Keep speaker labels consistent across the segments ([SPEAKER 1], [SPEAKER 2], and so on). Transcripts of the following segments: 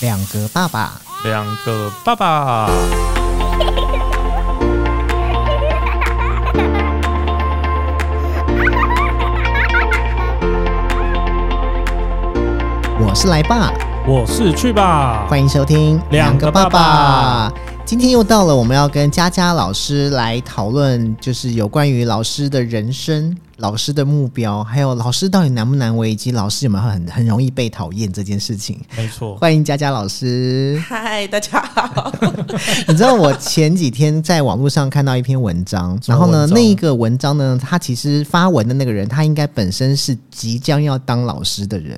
[SPEAKER 1] 两个爸爸，
[SPEAKER 2] 两个爸爸，
[SPEAKER 1] 我是来爸，
[SPEAKER 2] 我是去吧。
[SPEAKER 1] 欢迎收听
[SPEAKER 2] 两个爸爸
[SPEAKER 1] 今天又到了我们要跟佳佳老师来讨论，就是有关于老师的人生、老师的目标，还有老师到底难不难为，以及老师有没有很很容易被讨厌这件事情。
[SPEAKER 2] 没错，
[SPEAKER 1] 欢迎佳佳老师。
[SPEAKER 3] 嗨，大家好。
[SPEAKER 1] 你知道我前几天在网络上看到一篇文章，
[SPEAKER 2] 什
[SPEAKER 1] 然
[SPEAKER 2] 么
[SPEAKER 1] 后呢
[SPEAKER 2] 文，章
[SPEAKER 1] 那一个文章呢，他其实发文的那个人，他应该本身是即将要当老师的人，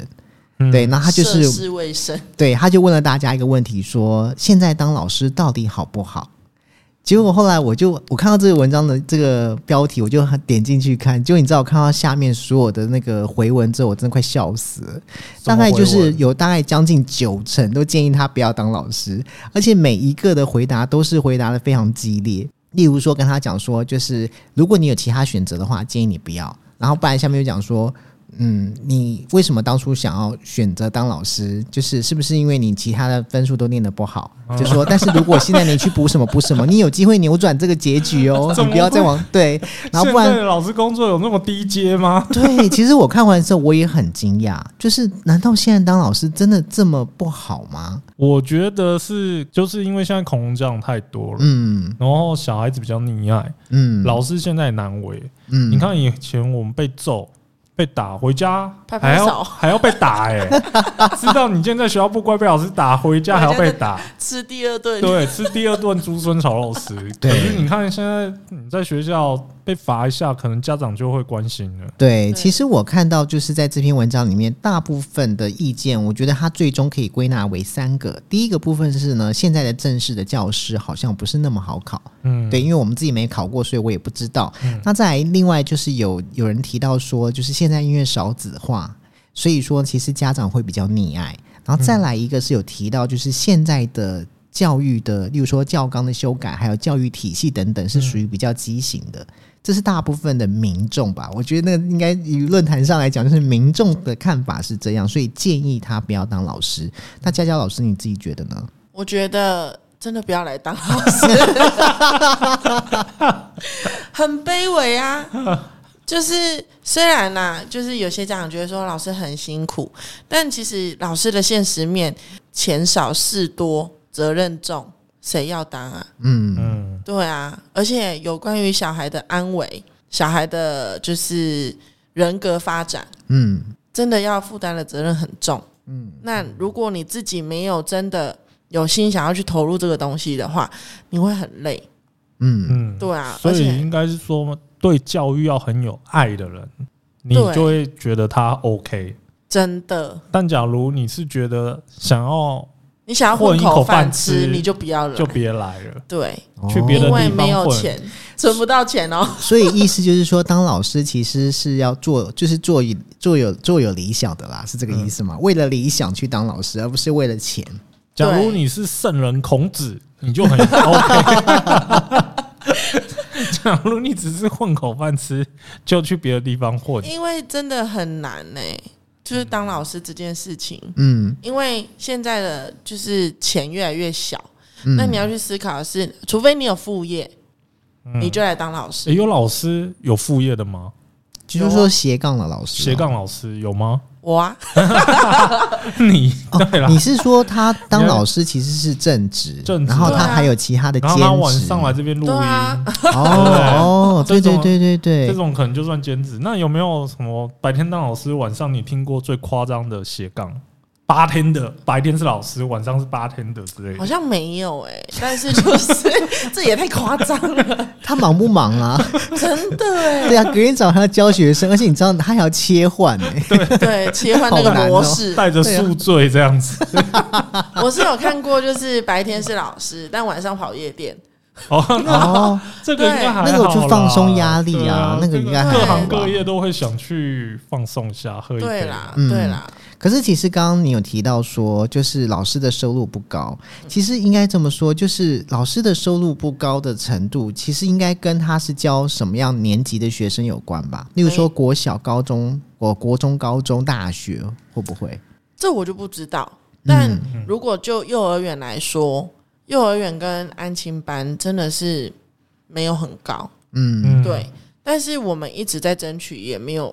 [SPEAKER 2] 嗯
[SPEAKER 1] 对，那他就
[SPEAKER 3] 涉
[SPEAKER 1] 是
[SPEAKER 3] 世未深，
[SPEAKER 1] 对，他就问了大家一个问题说现在当老师到底好不好？结果后来我就我看到这个文章的这个标题，我就点进去看，结果你知道我看到下面所有的那个回文之后，我真的快笑死了。大概就
[SPEAKER 2] 什么
[SPEAKER 1] 是
[SPEAKER 2] 回文
[SPEAKER 1] 有大概将近九成都建议他不要当老师，而且每一个的回答都是回答的非常激烈。例如说跟他讲说，就是如果你有其他选择的话，建议你不要。然后不然下面又讲说，嗯，你为什么当初想要选择当老师？就是是不是因为你其他的分数都念得不好？
[SPEAKER 2] 啊
[SPEAKER 1] 就说，但是如果现在你去补什么补什么，你有机会扭转这个结局 哦，
[SPEAKER 2] 怎
[SPEAKER 1] 你
[SPEAKER 2] 么
[SPEAKER 1] 不要再往对，然后不
[SPEAKER 2] 现在
[SPEAKER 1] 然
[SPEAKER 2] 的老师工作有那么低阶吗？
[SPEAKER 1] 对，其实我看完之后我也很惊讶，就是难道现在当老师真的这么不好吗？
[SPEAKER 2] 我觉得是，就是因为现在恐龙家长太多了，
[SPEAKER 1] 嗯
[SPEAKER 2] 然后小孩子比较溺爱，
[SPEAKER 1] 嗯，
[SPEAKER 2] 老师现在也难为。
[SPEAKER 1] 嗯
[SPEAKER 2] 你，看以前我们被揍、被打，回家
[SPEAKER 3] 拍
[SPEAKER 2] 还
[SPEAKER 3] 拍手
[SPEAKER 2] 要还要被打 哎、知道你现在学校不乖，被老师打，回家还要被打，
[SPEAKER 3] 吃第二顿。
[SPEAKER 2] 对，吃第二顿竹笋炒肉丝。
[SPEAKER 1] 对
[SPEAKER 2] 可是你看现在你在学校被罚一下，可能家长就会关心了。
[SPEAKER 1] 对，
[SPEAKER 3] 对
[SPEAKER 1] 其实我看到就是在这篇文章里面，大部分的意见，我觉得它最终可以归纳为三个。第一个部分是呢，现在的正式的教师好像不是那么好考，
[SPEAKER 2] 嗯，
[SPEAKER 1] 对，因为我们自己没考过，所以我也不知道。
[SPEAKER 2] 嗯
[SPEAKER 1] 那再来，另外就是有有人提到说，就是现在因为少子化，所以说其实家长会比较溺爱。然后再来一个是有提到，就是现在的教育的，例如说教纲的修改，还有教育体系等等，是属
[SPEAKER 2] 嗯
[SPEAKER 1] 于比较畸形的。这是大部分的民众吧，我觉得那应该以论坛上来讲，就是民众的看法是这样，所以建议他不要当老师。那佳佳老师你自己觉得呢？
[SPEAKER 3] 我觉得真的不要来当老师，很卑微啊。就是虽然啦、就是有些家长觉得说老师很辛苦，但其实老师的现实面，钱少事多，责任重，谁要当啊？
[SPEAKER 1] 嗯
[SPEAKER 2] 嗯，
[SPEAKER 3] 对啊，而且有关于小孩的安危，小孩的就是人格发展，
[SPEAKER 1] 嗯
[SPEAKER 3] 真的要负担的责任很重。
[SPEAKER 1] 嗯
[SPEAKER 3] 那如果你自己没有真的有心想要去投入这个东西的话，你会很累。
[SPEAKER 1] 嗯
[SPEAKER 2] 嗯，
[SPEAKER 3] 对啊，
[SPEAKER 2] 所
[SPEAKER 3] 而
[SPEAKER 2] 以
[SPEAKER 3] 且
[SPEAKER 2] 应该是说，对教育要很有爱的人，你
[SPEAKER 3] 对
[SPEAKER 2] 就会觉得他 OK。
[SPEAKER 3] 真的，
[SPEAKER 2] 但假如你是觉得想要，
[SPEAKER 3] 你想要
[SPEAKER 2] 混
[SPEAKER 3] 混
[SPEAKER 2] 一口
[SPEAKER 3] 口
[SPEAKER 2] 饭
[SPEAKER 3] 饭
[SPEAKER 2] 吃
[SPEAKER 3] 吃，你就不要了。
[SPEAKER 2] 就别来了。
[SPEAKER 3] 对，
[SPEAKER 2] 去别的
[SPEAKER 3] 因
[SPEAKER 2] 地方
[SPEAKER 3] 为没有
[SPEAKER 2] 混
[SPEAKER 3] 钱，存不到钱哦。
[SPEAKER 1] 所以意思就是说，当老师其实是要做，就是做一做有做有理想的啦，是这个意思吗？为了理想去当老师，而不是为了钱。
[SPEAKER 2] 假如
[SPEAKER 3] 对
[SPEAKER 2] 你是圣人孔子，你就很 OK。假如你只是混口饭吃，就去别的地方混。
[SPEAKER 3] 因为真的很难呢、就是当老师这件事情，
[SPEAKER 1] 嗯，
[SPEAKER 3] 因为现在的就是钱越来越小，
[SPEAKER 1] 嗯
[SPEAKER 3] 那你要去思考的是，除非你有副业，你就来当老师。
[SPEAKER 2] 嗯诶有老师有副业的吗？
[SPEAKER 1] 就是说斜杠的老师、啊
[SPEAKER 2] 斜。杠老师有吗？
[SPEAKER 3] 我啊，
[SPEAKER 2] 你 对啦
[SPEAKER 1] 哦，你，是说他当老师其实是正职，
[SPEAKER 2] 正职
[SPEAKER 1] 然后他
[SPEAKER 3] 对啊
[SPEAKER 1] 还有其他的兼
[SPEAKER 2] 然后
[SPEAKER 1] 职。
[SPEAKER 2] 他晚上来这边录
[SPEAKER 3] 对啊
[SPEAKER 2] 音，
[SPEAKER 1] 哦哦，对
[SPEAKER 2] 这
[SPEAKER 1] 对
[SPEAKER 2] 种
[SPEAKER 1] 对对对，
[SPEAKER 2] 这种可能就算兼职。那有没有什么白天当老师，晚上你听过最夸张的斜杠？八天的，白天是老师，晚上是八天的之类
[SPEAKER 3] 好
[SPEAKER 2] 的。
[SPEAKER 3] 像没有哎、 但是就是这也太夸张 了，
[SPEAKER 1] 他忙不忙 啊？
[SPEAKER 3] 真的哎、
[SPEAKER 1] 对啊，隔天早上要教学生，而且你知道他还要切换 哎、
[SPEAKER 3] 对，切换那
[SPEAKER 1] 好
[SPEAKER 3] 个
[SPEAKER 1] 难
[SPEAKER 3] 模
[SPEAKER 1] 哦
[SPEAKER 3] 式，
[SPEAKER 2] 带着宿醉这样
[SPEAKER 3] 啊
[SPEAKER 2] 子，
[SPEAKER 3] 我是有看过，就是白天是老师，但晚上跑夜店。
[SPEAKER 2] 哦，那
[SPEAKER 1] 哦，
[SPEAKER 2] 这个应该还好啦
[SPEAKER 1] 那个我去放松压力啊
[SPEAKER 2] 对
[SPEAKER 1] 那个应该
[SPEAKER 2] 这
[SPEAKER 3] 还好
[SPEAKER 2] 各
[SPEAKER 3] 吧
[SPEAKER 2] 行各业都会想去放松一下，喝一
[SPEAKER 3] 对
[SPEAKER 2] 杯。
[SPEAKER 3] 啦，
[SPEAKER 1] 嗯
[SPEAKER 3] 对啦，
[SPEAKER 1] 可是其实刚刚你有提到说，就是老师的收入不高，其实应该这么说，就是老师的收入不高的程度，其实应该跟他是教什么样年级的学生有关吧？例如说国小、高中，我国中、高中、大学会不会？
[SPEAKER 3] 这我就不知道。但
[SPEAKER 1] 嗯
[SPEAKER 3] 如果就幼儿园来说，幼儿园跟安亲班真的是没有很高，
[SPEAKER 1] 嗯
[SPEAKER 2] 嗯，
[SPEAKER 3] 对。但是我们一直在争取，也没有，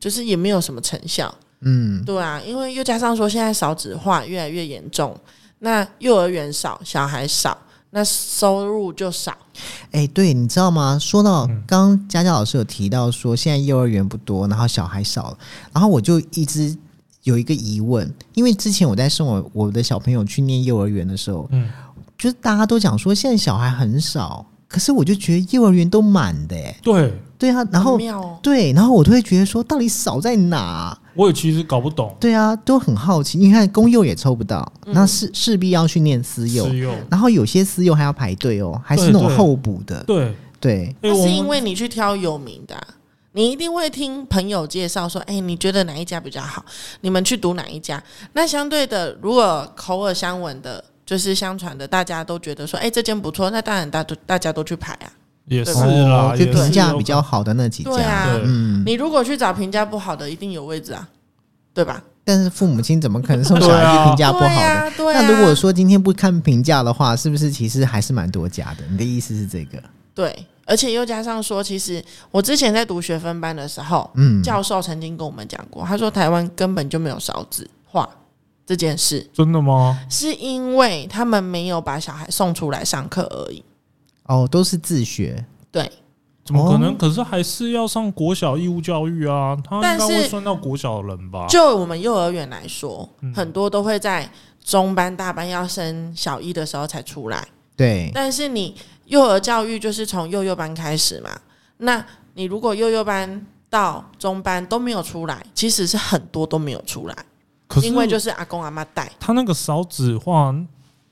[SPEAKER 3] 就是也没有什么成效，
[SPEAKER 1] 嗯
[SPEAKER 3] 对啊。因为又加上说现在少子化越来越严重，那幼儿园少，小孩少，那收入就少。
[SPEAKER 1] 哎、对，你知道吗？说到
[SPEAKER 2] 嗯
[SPEAKER 1] 刚刚佳佳老师有提到说，现在幼儿园不多，然后小孩少了，然后我就一直有一个疑问，因为之前我在送我我的小朋友去念幼儿园的时候，
[SPEAKER 2] 嗯，
[SPEAKER 1] 就是大家都讲说现在小孩很少，可是我就觉得幼儿园都满的、哎，
[SPEAKER 2] 对，
[SPEAKER 1] 对啊，然
[SPEAKER 3] 很
[SPEAKER 1] 后
[SPEAKER 3] 妙哦，
[SPEAKER 1] 对，然后我都会觉得说，到底少在哪、
[SPEAKER 2] 我也其实搞不懂。
[SPEAKER 1] 对啊，都很好奇。你看公幼也抽不到，
[SPEAKER 3] 嗯
[SPEAKER 1] 那势势必要去念私幼
[SPEAKER 2] 私，幼，
[SPEAKER 1] 然后有些私幼还要排队哦，还是
[SPEAKER 2] 对
[SPEAKER 1] 那种
[SPEAKER 2] 对
[SPEAKER 1] 候补的，
[SPEAKER 2] 对，
[SPEAKER 1] 对
[SPEAKER 2] 哎
[SPEAKER 3] 那
[SPEAKER 2] 我
[SPEAKER 3] 是
[SPEAKER 2] 们
[SPEAKER 3] 因为你去挑有名的啊、你一定会听朋友介绍说，哎、你觉得哪一家比较好？你们去读哪一家？那相对的，如果口耳相闻的，就是相传的，大家都觉得说，哎、这间不错，那当然大都大家都去排啊。
[SPEAKER 2] 也是
[SPEAKER 1] 哦
[SPEAKER 2] 啦，
[SPEAKER 1] 就
[SPEAKER 2] 也是
[SPEAKER 1] 评价
[SPEAKER 2] 有
[SPEAKER 1] 比较好的那几
[SPEAKER 3] 对
[SPEAKER 1] 家。
[SPEAKER 3] 啊
[SPEAKER 2] 对，
[SPEAKER 1] 嗯，
[SPEAKER 3] 你如果去找评价不好的，一定有位置啊，对吧？
[SPEAKER 1] 但是父母亲怎么可能送小孩去评价不好
[SPEAKER 3] 对
[SPEAKER 1] 的？
[SPEAKER 3] 啊，对啊。
[SPEAKER 1] 那如果说今天不看评价的话，是不是其实还是蛮多家的？你的意思是这个？
[SPEAKER 3] 对，而且又加上说，其实我之前在读学分班的时候，
[SPEAKER 1] 嗯，
[SPEAKER 3] 教授曾经跟我们讲过，他说台湾根本就没有少子化这件事。
[SPEAKER 2] 真的吗？
[SPEAKER 3] 是因为他们没有把小孩送出来上课而已。
[SPEAKER 1] 哦，都是自学，
[SPEAKER 3] 对，
[SPEAKER 2] 怎么可能？
[SPEAKER 1] 哦
[SPEAKER 2] 可是还是要上国小义务教育啊，他应该
[SPEAKER 3] 但是
[SPEAKER 2] 会算到国小人吧？
[SPEAKER 3] 就我们幼儿园来说，
[SPEAKER 2] 嗯
[SPEAKER 3] 很多都会在中班、大班要升小一的时候才出来。
[SPEAKER 1] 对，
[SPEAKER 3] 但是你幼儿教育就是从幼幼班开始嘛，那你如果幼幼班到中班都没有出来，其实是很多都没有出来，
[SPEAKER 2] 可是
[SPEAKER 3] 因为就是阿公阿妈带。
[SPEAKER 2] 他那个少子化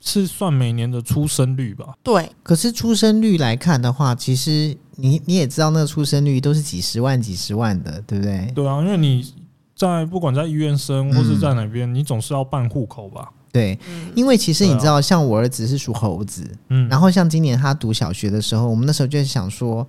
[SPEAKER 2] 是算每年的出生率吧？
[SPEAKER 3] 对，
[SPEAKER 1] 可是出生率来看的话，其实你你也知道，那个出生率都是几十万、几十万的，对不对？
[SPEAKER 2] 对啊，因为你在不管在医院生或是在哪边，你总是要办户口吧？
[SPEAKER 1] 对，
[SPEAKER 3] 嗯
[SPEAKER 1] 因为其实你知
[SPEAKER 2] 啊
[SPEAKER 1] 道，像我儿子是属猴子，
[SPEAKER 2] 嗯，
[SPEAKER 1] 然后像今年他读小学的时候，我们那时候就想说，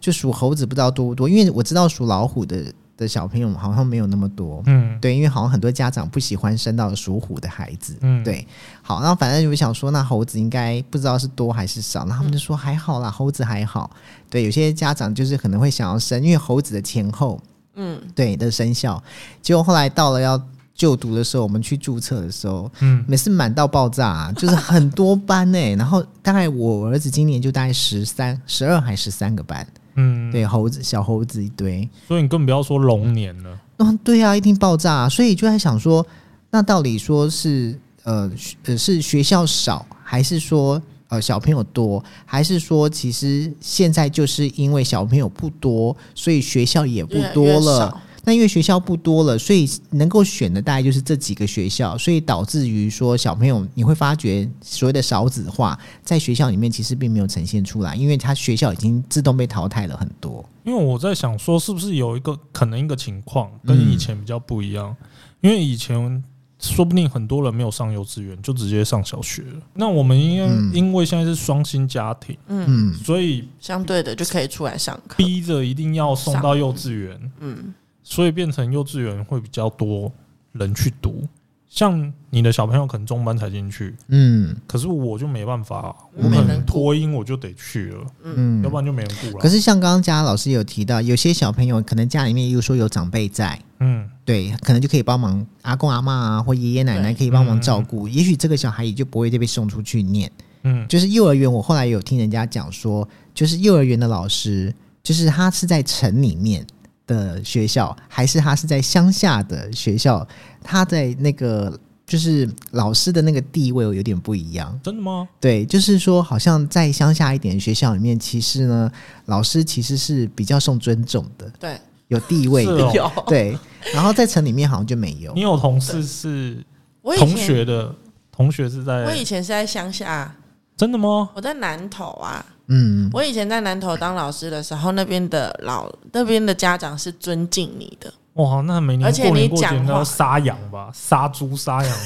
[SPEAKER 1] 就属猴子不知道多不多，因为我知道属老虎的的小朋友好像没有那么多，
[SPEAKER 2] 嗯
[SPEAKER 1] 对，因为好像很多家长不喜欢生到属虎的孩子，
[SPEAKER 2] 嗯，
[SPEAKER 1] 对，好，那反正我想说，那猴子应该不知道是多还是少，那他们就说还好啦，猴子还好。对，有些家长就是可能会想要生，因为猴子的前后
[SPEAKER 3] 嗯，
[SPEAKER 1] 对的生肖，结果后来到了要就读的时候，我们去注册的时候，
[SPEAKER 2] 嗯
[SPEAKER 1] 每次满到爆炸、啊 就是很多班呢、然后大概我儿子今年就大概十三、十二还十三个班，
[SPEAKER 2] 嗯，
[SPEAKER 1] 对，猴子小猴子一堆，
[SPEAKER 2] 所以你更不要说龙年了。
[SPEAKER 1] 嗯，对啊，一定爆炸、所以就在想说，那到底说是呃学呃是学校少，还是说呃小朋友多，还是说其实现在就是因为小朋友不多，所以学校也不
[SPEAKER 3] 越来
[SPEAKER 1] 多
[SPEAKER 3] 越
[SPEAKER 1] 了。
[SPEAKER 3] 少。
[SPEAKER 1] 那因为学校不多了，所以能够选的大概就是这几个学校，所以导致于说小朋友你会发觉所谓的少子化在学校里面其实并没有呈现出来，因为他学校已经自动被淘汰了很多。
[SPEAKER 2] 因为我在想说，是不是有一个可能一个情况跟以前比较不一样？因为以前说不定很多人没有上幼稚园，就直接上小学了。那我们应该、
[SPEAKER 1] 嗯
[SPEAKER 2] 因为现在是双薪家庭，
[SPEAKER 3] 嗯，
[SPEAKER 1] 嗯，
[SPEAKER 2] 所以
[SPEAKER 3] 相对的就可以出来上课。
[SPEAKER 2] 逼着一定要送到幼稚园，
[SPEAKER 3] 嗯，
[SPEAKER 2] 所以变成幼稚园会比较多人去读。像你的小朋友可能中班才进去，
[SPEAKER 1] 嗯
[SPEAKER 2] 可是我就没办法，
[SPEAKER 3] 嗯
[SPEAKER 2] 我可
[SPEAKER 3] 没人
[SPEAKER 2] 能
[SPEAKER 3] 顾
[SPEAKER 2] 脱音我就得去了，
[SPEAKER 1] 嗯
[SPEAKER 2] 要不然就没人顾
[SPEAKER 1] 可
[SPEAKER 2] 了。
[SPEAKER 1] 是像刚刚佳老师有提到，有些小朋友可能家里面，又说有长辈在，
[SPEAKER 2] 嗯，
[SPEAKER 1] 对，可能就可以帮忙阿公阿妈啊，或爷爷奶奶
[SPEAKER 3] 对
[SPEAKER 1] 可以帮忙照顾。也许这个小孩也就不会被送出去念。
[SPEAKER 2] 嗯
[SPEAKER 1] 就是幼儿园，我后来有听人家讲说，就是幼儿园的老师，就是他是在城里面的学校，还是他是在乡下的学校？他在那个就是老师的那个地位有点不一样。
[SPEAKER 2] 真的吗？
[SPEAKER 1] 对，就是说，好像在乡下一点的学校里面，其实呢，老师其实是比较受尊重的，
[SPEAKER 3] 对，
[SPEAKER 1] 有地位
[SPEAKER 2] 是
[SPEAKER 1] 的。
[SPEAKER 2] 哦，
[SPEAKER 3] 有
[SPEAKER 1] 对，然后在城里面好像就没有
[SPEAKER 2] 你。有同事是
[SPEAKER 3] 我以前
[SPEAKER 2] 同学的同学是在
[SPEAKER 3] 我以前是在乡下，
[SPEAKER 2] 真的吗？
[SPEAKER 3] 我在南投啊。
[SPEAKER 1] 嗯，
[SPEAKER 3] 我以前在南投当老师的时候，那边的老那边的家长是尊敬你的，
[SPEAKER 2] 哇，那每年
[SPEAKER 3] 而且
[SPEAKER 2] 过
[SPEAKER 3] 你
[SPEAKER 2] 年过节
[SPEAKER 3] 讲
[SPEAKER 2] 应该要
[SPEAKER 3] 话
[SPEAKER 2] 杀羊吧，杀猪杀 羊，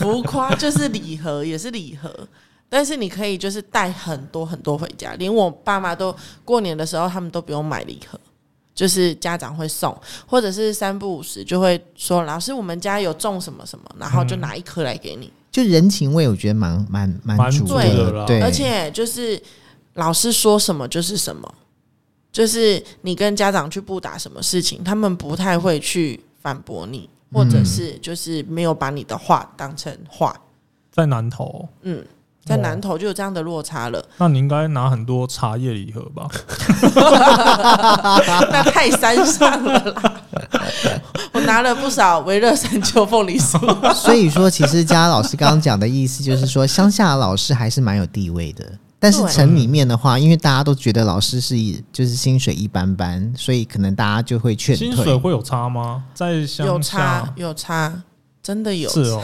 [SPEAKER 3] 浮夸就是礼盒，也是礼盒。但是你可以就是带很多很多回家，连我爸妈都过年的时候他们都不用买礼盒，就是家长会送，或者是三不五时就会说老师我们家有种什么什么，然后就拿一颗来给你。
[SPEAKER 1] 就人情味，我觉得蛮蛮蛮
[SPEAKER 2] 蛮
[SPEAKER 1] 足
[SPEAKER 2] 足
[SPEAKER 3] 的
[SPEAKER 2] 啦
[SPEAKER 1] 嗯对，
[SPEAKER 3] 而且就是老师说什么就是什么，就是你跟家长去不打什么事情，他们不太会去反驳你，或者是就是没有把你的话当成话。
[SPEAKER 2] 在南投，
[SPEAKER 3] 嗯，在
[SPEAKER 2] 哦
[SPEAKER 3] 南投就有这样的落差 了，
[SPEAKER 2] 那你应该拿很多茶叶礼盒吧？
[SPEAKER 3] 那太山上了啦。我拿了不少维热山丘凤梨酥，
[SPEAKER 1] 所以说，其实佳老师刚刚讲的意思就是说，乡下的老师还是蛮有地位的。但是
[SPEAKER 3] 对
[SPEAKER 1] 城里面的话，因为大家都觉得老师是一就是薪水一般般，所以可能大家就会劝
[SPEAKER 2] 薪水
[SPEAKER 1] 退。
[SPEAKER 2] 会有差吗？在
[SPEAKER 3] 有
[SPEAKER 2] 乡
[SPEAKER 3] 差
[SPEAKER 2] 下
[SPEAKER 3] 有差，真的有
[SPEAKER 2] 是哦，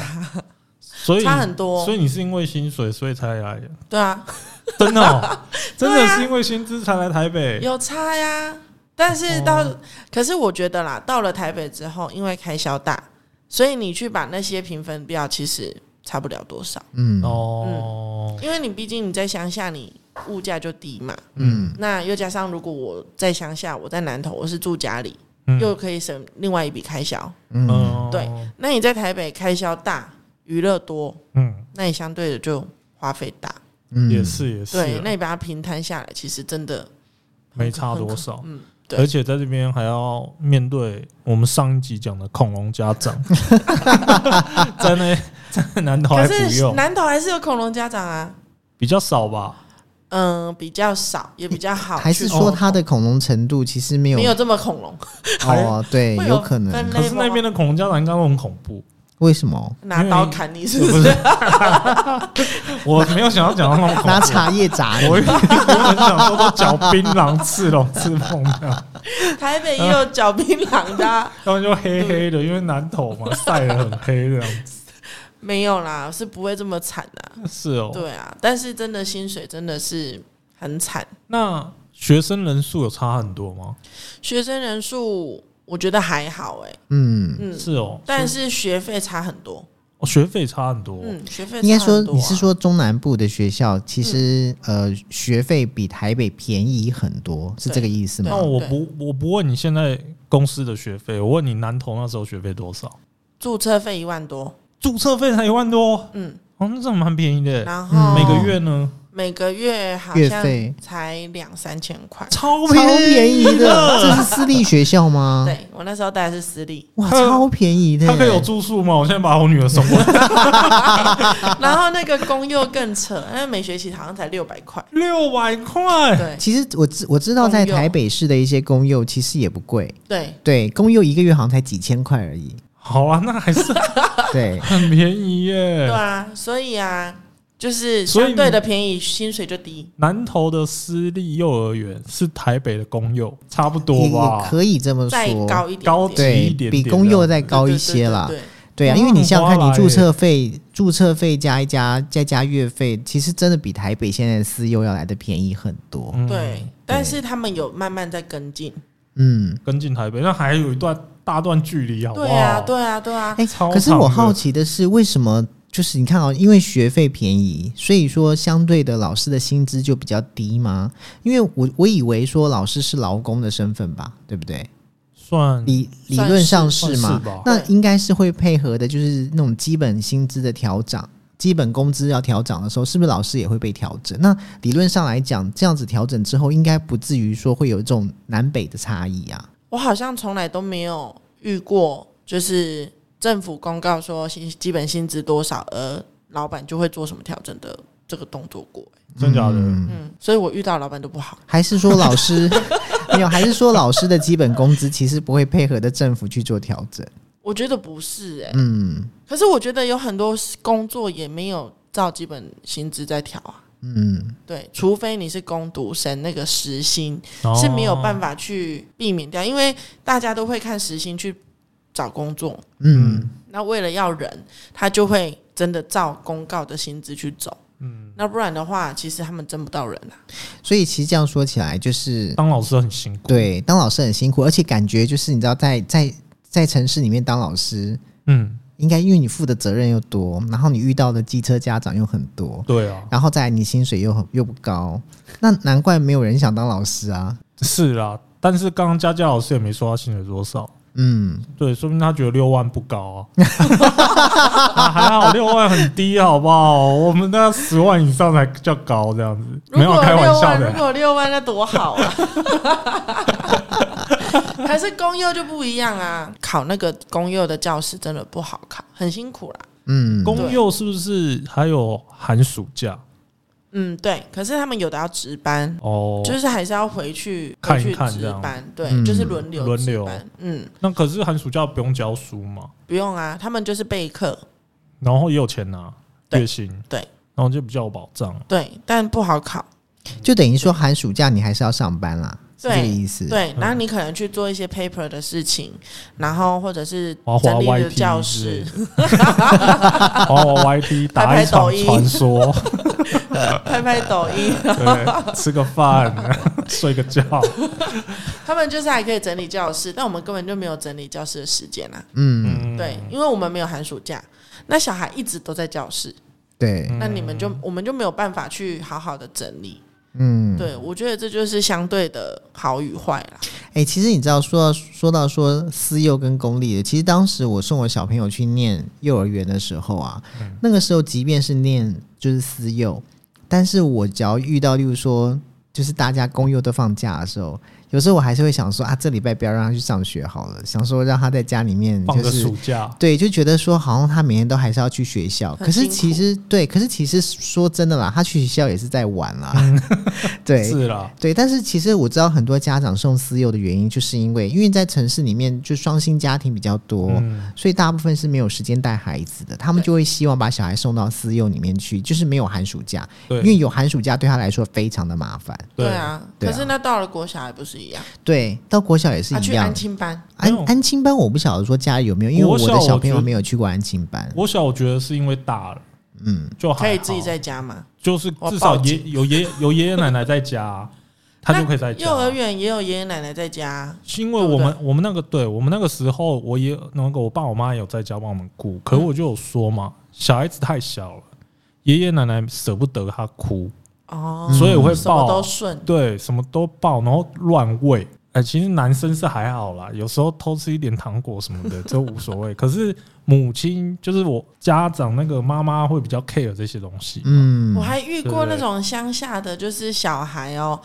[SPEAKER 2] 所以
[SPEAKER 3] 差很多
[SPEAKER 2] 所以你是因为薪水所以才来的，
[SPEAKER 3] 对啊，
[SPEAKER 2] 真的 哦，真
[SPEAKER 3] 对
[SPEAKER 2] 的
[SPEAKER 3] 啊
[SPEAKER 2] 是因为薪资才来台北。
[SPEAKER 3] 有差呀。但是到，
[SPEAKER 2] 哦
[SPEAKER 3] 可是我觉得啦，到了台北之后，因为开销大，所以你去把那些评分掉，其实差不了多少。
[SPEAKER 1] 嗯
[SPEAKER 2] 哦，
[SPEAKER 3] 因为你毕竟你在乡下，你物价就低嘛。
[SPEAKER 1] 嗯，
[SPEAKER 3] 那又加上，如果我在乡下，我在南投，我是住家里，
[SPEAKER 2] 嗯
[SPEAKER 3] 又可以省另外一笔开销。
[SPEAKER 1] 嗯，
[SPEAKER 2] 嗯
[SPEAKER 3] 对那你在台北开销大，娱乐多，
[SPEAKER 2] 嗯，
[SPEAKER 3] 那你相对的就花费大。
[SPEAKER 1] 嗯
[SPEAKER 2] 也。是也是啊，
[SPEAKER 3] 对，那你把它平摊下来，其实真的
[SPEAKER 2] 没差多少。
[SPEAKER 3] 嗯，对
[SPEAKER 2] 而且在这边还要面对我们上一集讲的恐龙家 长，在那 在南投还
[SPEAKER 3] 可
[SPEAKER 2] 不
[SPEAKER 3] 是
[SPEAKER 2] 用，
[SPEAKER 3] 南投还是有恐龙家长啊。
[SPEAKER 2] 比较少吧？
[SPEAKER 3] 嗯，比较少，也比较 好去。
[SPEAKER 1] 还是说他的恐龙程度其实没有
[SPEAKER 3] 没有这么恐龙？
[SPEAKER 1] 哦，对，
[SPEAKER 3] 会
[SPEAKER 1] 有
[SPEAKER 3] 有
[SPEAKER 1] 可
[SPEAKER 3] 分
[SPEAKER 1] 能
[SPEAKER 3] 类
[SPEAKER 2] 可是那边的恐龙家长应该会很恐怖。
[SPEAKER 1] 为什么
[SPEAKER 3] 拿刀砍你是
[SPEAKER 2] 我
[SPEAKER 3] 不
[SPEAKER 2] 不
[SPEAKER 3] 是？
[SPEAKER 2] 是，我没有想要讲到那么恐 怖
[SPEAKER 1] 拿茶叶砸
[SPEAKER 2] 我
[SPEAKER 1] 你？
[SPEAKER 2] 原本想说都嚼槟榔、刺龙、刺凤这 样，
[SPEAKER 3] 台北也有嚼槟榔的啊、
[SPEAKER 2] 他们就黑黑的，因为南投嘛，晒得很黑这样子。
[SPEAKER 3] 没有啦，是不会这么惨的、
[SPEAKER 2] 是哦，
[SPEAKER 3] 对啊，但是真的薪水真的是很惨，
[SPEAKER 2] 那学生人数有差很多吗？
[SPEAKER 3] 学生人数我觉得还好哎、
[SPEAKER 1] 嗯，
[SPEAKER 3] 嗯，
[SPEAKER 2] 是哦，
[SPEAKER 3] 但是学费差很多，
[SPEAKER 2] 哦学费差很多。
[SPEAKER 3] 嗯，学费
[SPEAKER 1] 应该
[SPEAKER 3] 差
[SPEAKER 1] 说
[SPEAKER 3] 很多啊、
[SPEAKER 1] 你是说中南部的学校其实呃学费比台北便宜很多，是这个意思吗
[SPEAKER 2] 那？
[SPEAKER 3] 啊
[SPEAKER 2] 我不，我不问你现在公司的学费，我问你南投那时候学费多少？
[SPEAKER 3] 注册费一万多，
[SPEAKER 2] 注册费才一万多，
[SPEAKER 3] 嗯，
[SPEAKER 2] 哦，那这蛮便宜的。欸
[SPEAKER 1] 嗯
[SPEAKER 3] 然后
[SPEAKER 2] 每个月呢，
[SPEAKER 3] 每个月好
[SPEAKER 1] 月
[SPEAKER 3] 像
[SPEAKER 1] 费
[SPEAKER 3] 才两三千块，
[SPEAKER 2] 超
[SPEAKER 1] 超便宜的，这是私立学校吗？，
[SPEAKER 3] 对我那时候带的是私立，
[SPEAKER 1] 哇，
[SPEAKER 2] 它有
[SPEAKER 1] 超便宜的耶。
[SPEAKER 2] 他可以有住宿吗？我现在把我女儿送过来，
[SPEAKER 3] 然后那个公幼更扯，那每学期好像才六百块。
[SPEAKER 2] 六百块，
[SPEAKER 3] 对
[SPEAKER 1] 其实我知我知道，在
[SPEAKER 3] 公幼
[SPEAKER 1] 台北市的一些公幼其实也不贵，
[SPEAKER 3] 对，
[SPEAKER 1] 对，公幼一个月好像才几千块而 已。
[SPEAKER 2] 好啊，那还是
[SPEAKER 1] 对，
[SPEAKER 2] 很便宜
[SPEAKER 3] 对
[SPEAKER 2] 耶。
[SPEAKER 3] 啊，所以啊，就是
[SPEAKER 2] 所以
[SPEAKER 3] 相对
[SPEAKER 2] 你
[SPEAKER 3] 的便宜，薪水就低。
[SPEAKER 2] 南投的私立幼儿园是台北的公幼，差不
[SPEAKER 1] 也
[SPEAKER 2] 多
[SPEAKER 1] 也
[SPEAKER 2] 吧？
[SPEAKER 1] 可以这么
[SPEAKER 3] 再
[SPEAKER 1] 说，
[SPEAKER 3] 高一点点，
[SPEAKER 2] 高级
[SPEAKER 1] 对
[SPEAKER 2] 一点点啊
[SPEAKER 1] 比
[SPEAKER 2] 这
[SPEAKER 1] 公幼
[SPEAKER 2] 样
[SPEAKER 1] 再
[SPEAKER 3] 对
[SPEAKER 1] 高一些啦
[SPEAKER 3] 对。对对
[SPEAKER 1] 对啊，
[SPEAKER 2] 哇
[SPEAKER 1] 因为你想想看，
[SPEAKER 2] 很划
[SPEAKER 1] 你
[SPEAKER 2] 来
[SPEAKER 1] 注册费、注册费加一加，再加月费，其实真的比台北现在的私幼要来的便宜很多。
[SPEAKER 2] 嗯
[SPEAKER 3] 对对，但是他们有慢慢在跟进。
[SPEAKER 1] 嗯，
[SPEAKER 2] 跟进台北，那还有一段大段距离，好不好？
[SPEAKER 3] 对啊，对啊，对啊。
[SPEAKER 1] 哎、
[SPEAKER 2] 超
[SPEAKER 1] 可是我
[SPEAKER 2] 长的
[SPEAKER 1] 好奇的是，为什么就是你看哦，因为学费便宜，所以说相对的老师的薪资就比较低吗？因为我我以为说老师是劳工的身份吧，对不对？
[SPEAKER 2] 算
[SPEAKER 1] 理理
[SPEAKER 3] 算
[SPEAKER 1] 论
[SPEAKER 3] 是
[SPEAKER 1] 上
[SPEAKER 2] 算
[SPEAKER 1] 是嘛
[SPEAKER 2] 是吧？
[SPEAKER 1] 那
[SPEAKER 3] 对
[SPEAKER 1] 应该是会配合的，就是那种基本薪资的调整。基本工资要调整的时候，是不是老师也会被调整？那理论上来讲，这样子调整之后，应该不至于说会有这种南北的差异啊。
[SPEAKER 3] 我好像从来都没有遇过，就是政府公告说薪基本薪资多少，而老板就会做什么调整的这个动作过。
[SPEAKER 2] 真假的？
[SPEAKER 3] 嗯，所以我遇到的老板都不好。
[SPEAKER 1] 还是说老 师没有？还是说老师的基本工资其实不会配合的政府去做调整？
[SPEAKER 3] 我觉得不是哎、
[SPEAKER 1] 嗯
[SPEAKER 3] 可是我觉得有很多工作也没有照基本薪资在调啊。
[SPEAKER 1] 嗯，
[SPEAKER 3] 对，除非你是工读生，那个时薪
[SPEAKER 2] 哦
[SPEAKER 3] 是没有办法去避免掉，因为大家都会看时薪去找工作。
[SPEAKER 1] 嗯
[SPEAKER 3] 那为了要人，他就会真的照公告的薪资去走。嗯，那不然的话，其实他们争不到人啊。
[SPEAKER 1] 所以其实这样说起来，就是
[SPEAKER 2] 当老师很辛苦，，
[SPEAKER 1] 对当老师很辛苦，而且感觉就是你知道在，在在城市里面当老师，
[SPEAKER 2] 嗯，
[SPEAKER 1] 应该因为你负的责任又多，然后你遇到的机车家长又很多，
[SPEAKER 2] 对啊，
[SPEAKER 1] 然后再来你薪水又很又不高，那难怪没有人想当老师啊。
[SPEAKER 2] 是啦。但是刚刚佳佳老师也没说他薪水多少，
[SPEAKER 1] 嗯，
[SPEAKER 2] 对，说明他觉得六万不高 啊，啊还好六万很低，好不好？我们那十万以上才叫高，这样子，没有开玩笑
[SPEAKER 3] 如
[SPEAKER 2] 的。
[SPEAKER 3] 果六万，那多好啊！ 还是公幼就不一样啊，考那个公幼的教师真的不好考，很辛苦啦。
[SPEAKER 1] 嗯，
[SPEAKER 2] 公幼是不是还有寒暑假？
[SPEAKER 3] 嗯，对。可是他们有的要值班，
[SPEAKER 2] 哦，
[SPEAKER 3] 就是还是要回去
[SPEAKER 2] 看
[SPEAKER 3] 回
[SPEAKER 2] 一
[SPEAKER 3] 去
[SPEAKER 2] 看
[SPEAKER 3] 值
[SPEAKER 2] 这样
[SPEAKER 3] 班，对，
[SPEAKER 1] 嗯
[SPEAKER 3] 就是轮流
[SPEAKER 2] 轮
[SPEAKER 3] 值
[SPEAKER 2] 流
[SPEAKER 3] 班。嗯，
[SPEAKER 2] 那可是寒暑假不用教书嘛，
[SPEAKER 3] 不用啊，他们就是备课，
[SPEAKER 2] 然后也有钱拿，
[SPEAKER 3] 对
[SPEAKER 2] 月薪，
[SPEAKER 3] 对，
[SPEAKER 2] 然后就比较有保障。
[SPEAKER 3] 对，但不好考。
[SPEAKER 1] 就等于说寒暑假你还是要上班啦，是
[SPEAKER 3] 对
[SPEAKER 1] 这个意思。，
[SPEAKER 3] 对，然后你可能去做一些 paper 的事情，然后或者是
[SPEAKER 2] 滑滑
[SPEAKER 3] 整理的
[SPEAKER 2] YT
[SPEAKER 3] 教
[SPEAKER 2] 之类
[SPEAKER 3] 室
[SPEAKER 2] 的，
[SPEAKER 3] 啊
[SPEAKER 2] 哦，YT
[SPEAKER 3] 拍
[SPEAKER 2] 打
[SPEAKER 3] 拍
[SPEAKER 2] 一场
[SPEAKER 3] 抖音
[SPEAKER 2] 传说，
[SPEAKER 3] 拍拍抖音，
[SPEAKER 2] 对，吃个饭， 睡个觉，
[SPEAKER 3] 他们就是还可以整理教室，但我们根本就没有整理教室的时间啊。
[SPEAKER 1] 嗯，
[SPEAKER 2] 嗯，
[SPEAKER 3] 对，因为我们没有寒暑假，那小孩一直都在教室，
[SPEAKER 1] 对，
[SPEAKER 3] 那你们就我们就没有办法去好好的整理。
[SPEAKER 1] 嗯，
[SPEAKER 3] 对，我觉得这就是相对的好与坏啦。
[SPEAKER 1] 哎、其实你知道，说到说到说私幼跟公立的，其实当时我送我小朋友去念幼儿园的时候啊，
[SPEAKER 2] 嗯
[SPEAKER 1] 那个时候即便是念就是私幼，但是我只要遇到，例如说就是大家公幼都放假的时候，有时候我还是会想说啊，这礼拜不要让他去上学好了，想说让他在家里面
[SPEAKER 2] 放
[SPEAKER 1] 就
[SPEAKER 2] 个
[SPEAKER 1] 是
[SPEAKER 2] 暑假，
[SPEAKER 1] 对，就觉得说好像他每天都还是要去学校，可
[SPEAKER 3] 很
[SPEAKER 1] 是
[SPEAKER 3] 辛苦
[SPEAKER 1] 其实对，可是其实说真的啦，他去学校也是在玩啦，
[SPEAKER 2] 嗯
[SPEAKER 1] 对，
[SPEAKER 2] 是啦，
[SPEAKER 1] 对，但是其实我知道很多家长送私幼的原因，就是因为因为在城市里面就双薪家庭比较多，
[SPEAKER 2] 嗯，
[SPEAKER 1] 所以大部分是没有时间带孩子的，他们就会希望把小孩送到私幼里面去，就是没有寒暑假，因为
[SPEAKER 2] 对，
[SPEAKER 1] 有寒暑假对他来说非常的麻烦。
[SPEAKER 2] 对
[SPEAKER 3] 对啊，
[SPEAKER 1] 对
[SPEAKER 3] 可
[SPEAKER 1] 啊
[SPEAKER 3] 是那到了国小还不是一样？
[SPEAKER 1] 对，到国小也是
[SPEAKER 3] 他、
[SPEAKER 1] 一
[SPEAKER 3] 啊去
[SPEAKER 1] 样
[SPEAKER 3] 安。亲班，哦
[SPEAKER 1] 安
[SPEAKER 2] 没有
[SPEAKER 1] 安亲班我不晓得说家里有没有，因为
[SPEAKER 2] 国
[SPEAKER 1] 我
[SPEAKER 2] 小
[SPEAKER 1] 的
[SPEAKER 2] 我
[SPEAKER 1] 小朋友
[SPEAKER 2] 觉得
[SPEAKER 1] 没有去过安亲班。
[SPEAKER 2] 我小我觉得是因为大了，
[SPEAKER 1] 嗯，
[SPEAKER 2] 就还
[SPEAKER 3] 可
[SPEAKER 2] 好
[SPEAKER 3] 以自己在，家吗？
[SPEAKER 2] 就是
[SPEAKER 3] 我
[SPEAKER 2] 至少
[SPEAKER 3] 报
[SPEAKER 2] 爷
[SPEAKER 3] 警
[SPEAKER 2] 有爷有爷爷奶奶在家啊，他就可以在家。
[SPEAKER 3] 幼儿园也有爷爷奶奶在家啊，
[SPEAKER 2] 是因为我们我们那个对我们那个时候，我也那个我爸我妈也有在家帮我们顾，可我就有说嘛，小孩子太小了，爷爷奶奶舍不得他哭，
[SPEAKER 3] 哦，
[SPEAKER 2] 所以我会啊
[SPEAKER 3] 什么
[SPEAKER 2] 抱
[SPEAKER 3] 都，顺，
[SPEAKER 2] 对，什么都抱，然后乱喂。哎，其实男生是还好啦，有时候偷吃一点糖果什 么的都无所谓。可是母亲就是我家长那个妈妈会比较 care 这些东西，
[SPEAKER 1] 嗯
[SPEAKER 3] 我，还遇过
[SPEAKER 2] 对不对
[SPEAKER 3] 那种乡下的，就是小孩哦，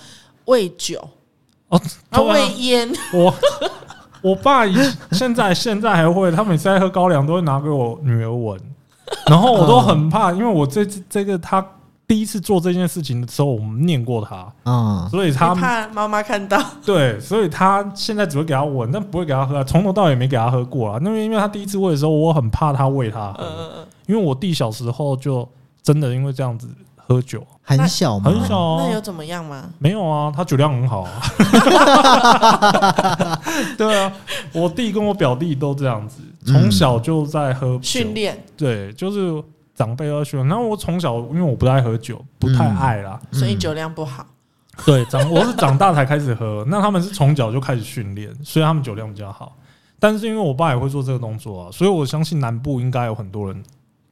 [SPEAKER 3] 喂酒，
[SPEAKER 2] 哦，
[SPEAKER 3] 然后
[SPEAKER 2] 对
[SPEAKER 3] 喂
[SPEAKER 2] 啊
[SPEAKER 3] 烟，
[SPEAKER 2] 我我爸以现在 现在还会，他每次在喝高粱都会拿给我女儿闻，然后我都很怕，因为我这次这个他第一次做这件事情的时候，我们念过他，
[SPEAKER 1] 啊、
[SPEAKER 2] 所以
[SPEAKER 3] 你
[SPEAKER 2] 他
[SPEAKER 3] 怕妈妈看到，
[SPEAKER 2] 对，所以他现在只会给他闻，但不会给他喝、啊，从头到尾没给他喝过啊。那因为他第一次喂的时候，我很怕他喂他喝，
[SPEAKER 3] 呃，
[SPEAKER 2] 因为我弟小时候就真的因为这样子喝酒，
[SPEAKER 1] 很小嘛，
[SPEAKER 2] 很小、
[SPEAKER 3] 那有
[SPEAKER 2] 啊。
[SPEAKER 3] 怎么样吗？
[SPEAKER 2] 没有啊，他酒量很好啊。 对啊，我弟跟我表弟都这样子，
[SPEAKER 3] 嗯
[SPEAKER 2] 从小就在喝酒
[SPEAKER 3] 训，练，
[SPEAKER 2] 对，就是长辈要训练。然后我从小因为我不太喝酒，不太
[SPEAKER 3] 嗯
[SPEAKER 2] 爱啦，
[SPEAKER 3] 所以酒量不好。
[SPEAKER 2] 对，长我是长大才开始喝，那他们是从小就开始训练，所以他们酒量比较好。但是因为我爸也会做这个动作啊，所以我相信南部应该有很多人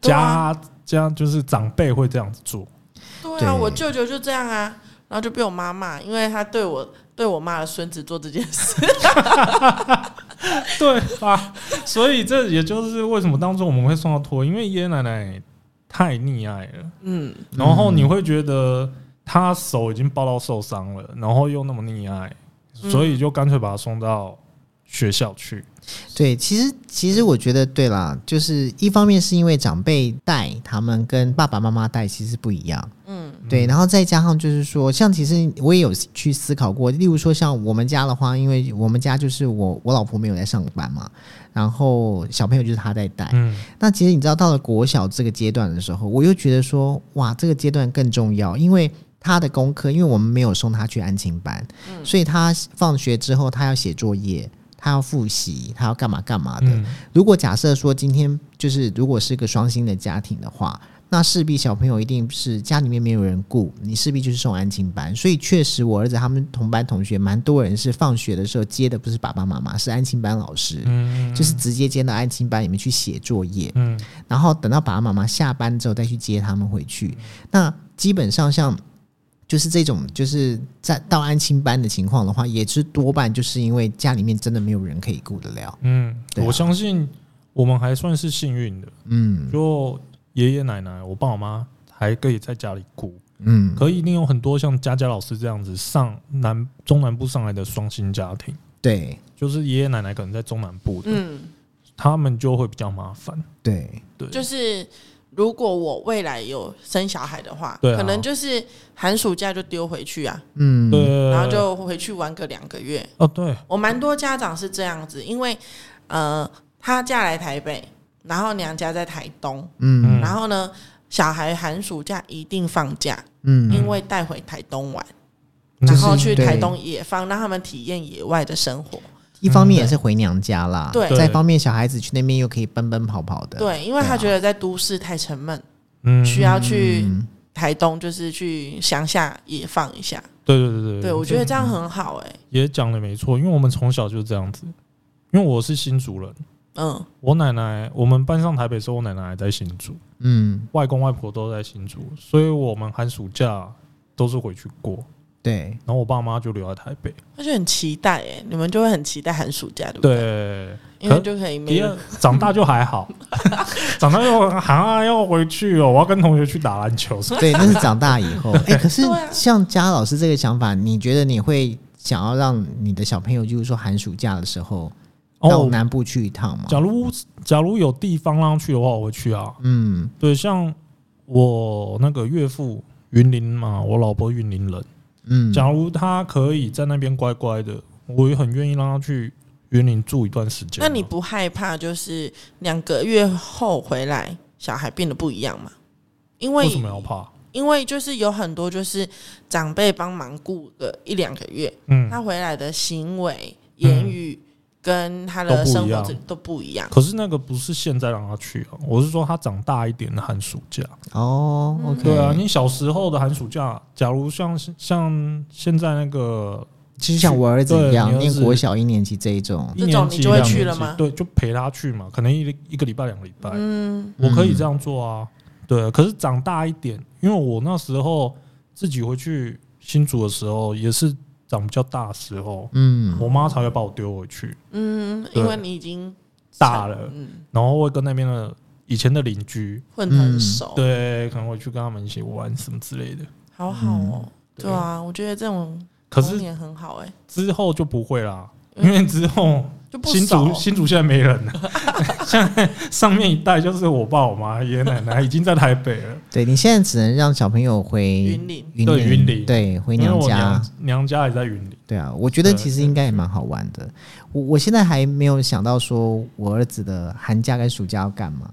[SPEAKER 3] 对
[SPEAKER 2] 家、
[SPEAKER 3] 啊
[SPEAKER 2] 家就是长辈会这样子做。
[SPEAKER 3] 对
[SPEAKER 1] 对
[SPEAKER 3] 啊，我舅舅就这样啊，然后就被我妈骂，因为他对我对我妈的孙子做这件 事，
[SPEAKER 2] 对吧？所以这也就是为什么当初我们会送到托，因为爷爷奶奶太溺爱了，
[SPEAKER 3] 嗯，
[SPEAKER 2] 然后你会觉得他手已经抱到受伤了，然后又那么溺爱，所以就干脆把他送到学校去。
[SPEAKER 1] 对，其实其实我觉得对啦，就是一方面是因为长辈带他们跟爸爸妈妈带其实不一样，嗯，对，然后再加上就是说，像其实我也有去思考过，例如说像我们家的话，因为我们家就是我我老婆没有在上班嘛，然后小朋友就是她在带。
[SPEAKER 2] 嗯，
[SPEAKER 1] 那其实你知道，到了国小这个阶段的时候，我又觉得说，哇，这个阶段更重要，因为他的功课，因为我们没有送他去安亲班，所以他放学之后，他要写作业，他要复习，他要干嘛干嘛的。
[SPEAKER 2] 嗯
[SPEAKER 1] 如果假设说今天就是如果是个双薪的家庭的话，那势必小朋友一定是家里面没有人顾，你势必就是送安亲班。所以确实，我儿子他们同班同学蛮多人是放学的时候接的不是爸爸妈妈，是安亲班老师，
[SPEAKER 2] 嗯
[SPEAKER 1] 就是直接接到安亲班里面去写作业，
[SPEAKER 2] 嗯
[SPEAKER 1] 然后等到爸爸妈妈下班之后再去接他们回去。那基本上像。就是这种，就是在到安亲班的情况的话，也是多半就是因为家里面真的没有人可以顾得了，
[SPEAKER 2] 嗯，
[SPEAKER 1] 对啊
[SPEAKER 2] 我相信我们还算是幸运的，
[SPEAKER 1] 嗯
[SPEAKER 2] 就爷爷奶奶、我爸我妈还可以在家里顾，
[SPEAKER 1] 嗯，
[SPEAKER 2] 可一定有很多像佳佳老师这样子上南中南部上来的双薪家庭，
[SPEAKER 1] 对
[SPEAKER 2] 就是爷爷奶奶可能在中南部的，
[SPEAKER 3] 嗯，
[SPEAKER 2] 他们就会比较麻烦。
[SPEAKER 1] 对，
[SPEAKER 2] 对，
[SPEAKER 3] 就是如果我未来有生小孩的话，
[SPEAKER 2] 对啊
[SPEAKER 3] 可能就是寒暑假就丢回去啊，
[SPEAKER 1] 嗯，
[SPEAKER 2] 对，
[SPEAKER 3] 然后就回去玩个两个月。
[SPEAKER 2] 哦，对，
[SPEAKER 3] 我蛮多家长是这样子，因为呃，她嫁来台北，然后娘家在台东，
[SPEAKER 1] 嗯
[SPEAKER 2] 嗯
[SPEAKER 3] 然后呢，小孩寒暑假一定放假，
[SPEAKER 1] 嗯
[SPEAKER 3] 因为带回台东玩，
[SPEAKER 2] 嗯
[SPEAKER 3] 然后去
[SPEAKER 1] 对
[SPEAKER 3] 台东野放，让他们体验野外的生活。
[SPEAKER 1] 一方面也是回娘家啦，
[SPEAKER 3] 对
[SPEAKER 1] 再一方面小孩子去那边又可以奔奔跑跑的，，
[SPEAKER 3] 对，因为
[SPEAKER 1] 对啊
[SPEAKER 3] 他觉得在都市太沉闷，
[SPEAKER 2] 嗯，
[SPEAKER 3] 需要去
[SPEAKER 1] 嗯
[SPEAKER 3] 台东，就是去乡下野放一下。
[SPEAKER 2] 对对对对
[SPEAKER 3] 对，我觉得这样很好哎、
[SPEAKER 2] 也讲的没错，因为我们从小就这样子，因为我是新竹人，
[SPEAKER 3] 嗯，
[SPEAKER 2] 我奶奶我们搬上台北的时候，我奶奶还在新竹，
[SPEAKER 1] 嗯，
[SPEAKER 2] 外公外婆都在新竹，所以我们寒暑假都是回去过，
[SPEAKER 1] 对，
[SPEAKER 2] 然后我爸妈就留在台北。
[SPEAKER 3] 那就很期待哎、你们就会很期待寒暑假，对不对？
[SPEAKER 2] 对，
[SPEAKER 3] 因为就可以没
[SPEAKER 2] 第
[SPEAKER 3] 有
[SPEAKER 2] 二长大就还 好，长大就啊要回去哦，我要跟同学去打篮球。
[SPEAKER 1] 对，那是长大以后，哎，可是
[SPEAKER 3] 对啊
[SPEAKER 1] 像佳老师这个想法，你觉得你会想要让你的小朋友，就是说寒暑假的时候到
[SPEAKER 2] 哦，
[SPEAKER 1] 南部去一趟吗？
[SPEAKER 2] 假如假如有地方让他去的话，我会去啊。
[SPEAKER 1] 嗯
[SPEAKER 2] 对，像我那个岳父云林嘛，我老婆云林人，
[SPEAKER 1] 嗯，
[SPEAKER 2] 假如他可以在那边乖乖的，我也很愿意让他去云林住一段时间啊。
[SPEAKER 3] 那你不害怕就是两个月后回来，小孩变得不一样吗？因为
[SPEAKER 2] 为什么要怕？
[SPEAKER 3] 因为就是有很多就是长辈帮忙顾个一两个月，
[SPEAKER 2] 嗯，
[SPEAKER 3] 他回来的行为、言语跟他的
[SPEAKER 2] 都不
[SPEAKER 3] 生
[SPEAKER 2] 一
[SPEAKER 3] 活
[SPEAKER 2] 样
[SPEAKER 3] 这都不一样。
[SPEAKER 2] 可是那个不是现在让他去啊，我是说他长大一点的寒暑假。
[SPEAKER 1] 哦，OK，
[SPEAKER 2] 对啊，，你小时候的寒暑假，假如像像现在那个
[SPEAKER 1] 其实像我儿子一样，
[SPEAKER 2] 对你儿
[SPEAKER 1] 念
[SPEAKER 2] 子
[SPEAKER 1] 国小一年级这一种，
[SPEAKER 2] 一
[SPEAKER 3] 这种
[SPEAKER 2] 年
[SPEAKER 3] 你
[SPEAKER 2] 级
[SPEAKER 3] 就会
[SPEAKER 2] 两
[SPEAKER 3] 去
[SPEAKER 2] 年
[SPEAKER 3] 了
[SPEAKER 2] 级
[SPEAKER 3] 吗
[SPEAKER 2] 对，就陪他去嘛，可能一一个礼拜两个礼拜，
[SPEAKER 3] 嗯，
[SPEAKER 2] 我可以这样做啊。对，可是长大一点，因为我那时候自己回去新竹的时候，也是长比较大的时候，
[SPEAKER 1] 嗯
[SPEAKER 2] 我妈才会把我丢回去，
[SPEAKER 3] 嗯，
[SPEAKER 2] 对
[SPEAKER 3] 因为你已经
[SPEAKER 2] 大了
[SPEAKER 3] 嗯，
[SPEAKER 2] 然后会跟那边的以前的邻居，
[SPEAKER 3] 混得很熟，，
[SPEAKER 2] 嗯对，可能会去跟他们一起玩什么之类的。
[SPEAKER 3] 好好哦。
[SPEAKER 2] 嗯对
[SPEAKER 3] 对啊，我觉得这种
[SPEAKER 2] 可
[SPEAKER 3] 童
[SPEAKER 2] 是
[SPEAKER 3] 年很好哎，
[SPEAKER 2] 之后就不会啦，因为之后
[SPEAKER 3] 就嗯不
[SPEAKER 2] 新
[SPEAKER 3] 熟
[SPEAKER 2] 竹新竹现在没人了， 现在上面一代就是我爸、我妈、爷爷奶奶已经在台北了，
[SPEAKER 1] 对你现在只能让小朋友回
[SPEAKER 3] 云林
[SPEAKER 1] 云
[SPEAKER 2] 对云林
[SPEAKER 1] 对，回
[SPEAKER 2] 因为
[SPEAKER 1] 娘
[SPEAKER 2] 我
[SPEAKER 1] 家
[SPEAKER 2] 娘。娘家也在云林。
[SPEAKER 1] 对啊，我觉得
[SPEAKER 2] 对
[SPEAKER 1] 其实
[SPEAKER 2] 对
[SPEAKER 1] 应该也蛮好玩的。我我现在还没有想到说我儿子的寒假跟暑假要干嘛，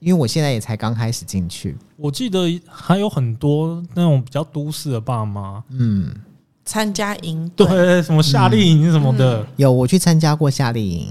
[SPEAKER 1] 因为我现在也才刚开始进去。
[SPEAKER 2] 我记得还有很多那种比较都市的爸妈，
[SPEAKER 1] 嗯，
[SPEAKER 3] 参加营队，
[SPEAKER 2] 对，什么夏令营什么的，
[SPEAKER 1] 有我去参加过夏令营，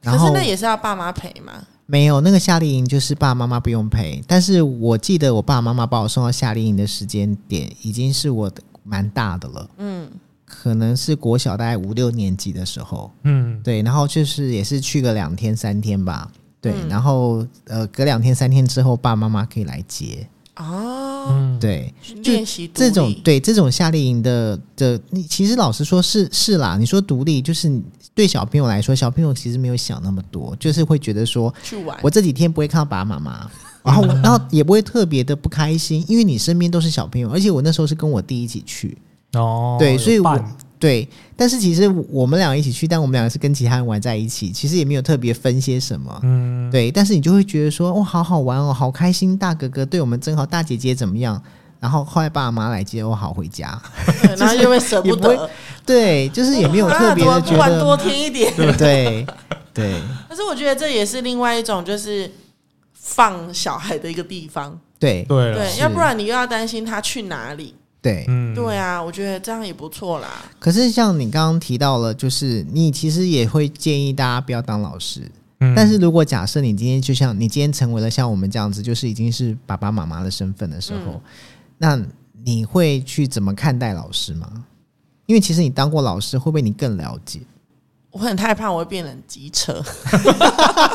[SPEAKER 1] 然
[SPEAKER 3] 可是
[SPEAKER 1] 后
[SPEAKER 3] 那也是要爸妈陪嘛。
[SPEAKER 1] 没有那个夏令营就是爸爸妈妈不用陪，但是我记得我爸爸妈妈把我送到夏令营的时间点已经是我的蛮大的了，
[SPEAKER 3] 嗯，
[SPEAKER 1] 可能是国小大概五六年级的时候。
[SPEAKER 2] 嗯，
[SPEAKER 1] 对，然后就是也是去个两天三天吧，对，
[SPEAKER 3] 嗯
[SPEAKER 1] 然后呃，隔两天三天之后，爸爸妈妈可以来接，
[SPEAKER 3] 哦，
[SPEAKER 2] 嗯，
[SPEAKER 1] 对，
[SPEAKER 3] 去练习独
[SPEAKER 1] 这种
[SPEAKER 3] 立，
[SPEAKER 1] 对这种夏令营的的，你其实老实说是是啦，你说独立就是你对小朋友来说，小朋友其实没有想那么多，就是会觉得说
[SPEAKER 3] 去玩
[SPEAKER 1] 我，这几天不会看到爸爸妈 妈。然后我，然后也不会特别的不开心，因为你身边都是小朋友，而且我那时候是跟我弟一起去，
[SPEAKER 2] 哦，
[SPEAKER 1] 对所以
[SPEAKER 2] 有
[SPEAKER 1] 我
[SPEAKER 2] 伴
[SPEAKER 1] 对，但是其实我们两个一起去，但我们两个是跟其他人玩在一起，其实也没有特别分些什么。
[SPEAKER 2] 嗯，
[SPEAKER 1] 对，但是你就会觉得说，哇、好好玩哦，好开心，大哥哥对我们真好，大姐姐怎么样？然后后来爸妈来接我好回家，
[SPEAKER 3] 对 然后又会舍
[SPEAKER 1] 也
[SPEAKER 3] 不
[SPEAKER 1] 不会
[SPEAKER 3] 得，
[SPEAKER 1] 对，就是也没 有特别
[SPEAKER 3] 啊
[SPEAKER 1] 的觉
[SPEAKER 3] 怎么不玩多
[SPEAKER 1] 得，
[SPEAKER 3] 听一点。
[SPEAKER 1] 对对
[SPEAKER 3] 但是我觉得这也是另外一种，就是放小孩的一个地方。
[SPEAKER 1] 对啊
[SPEAKER 2] 对了，
[SPEAKER 3] 对，要不然你又要担心他去哪里。
[SPEAKER 1] 对。
[SPEAKER 2] 嗯，
[SPEAKER 3] 对啊，我觉得这样也不错啦。
[SPEAKER 1] 可是像你刚刚提到了，就是你其实也会建议大家不要当老师，
[SPEAKER 2] 嗯，
[SPEAKER 1] 但是如果假设你今天就像你今天成为了像我们这样子，就是已经是爸爸妈妈的身份的时
[SPEAKER 3] 嗯
[SPEAKER 1] 候，那你会去怎么看待老师吗？因为其实你当过老师，会不会你更了解？
[SPEAKER 3] 我很害怕我会变成机车，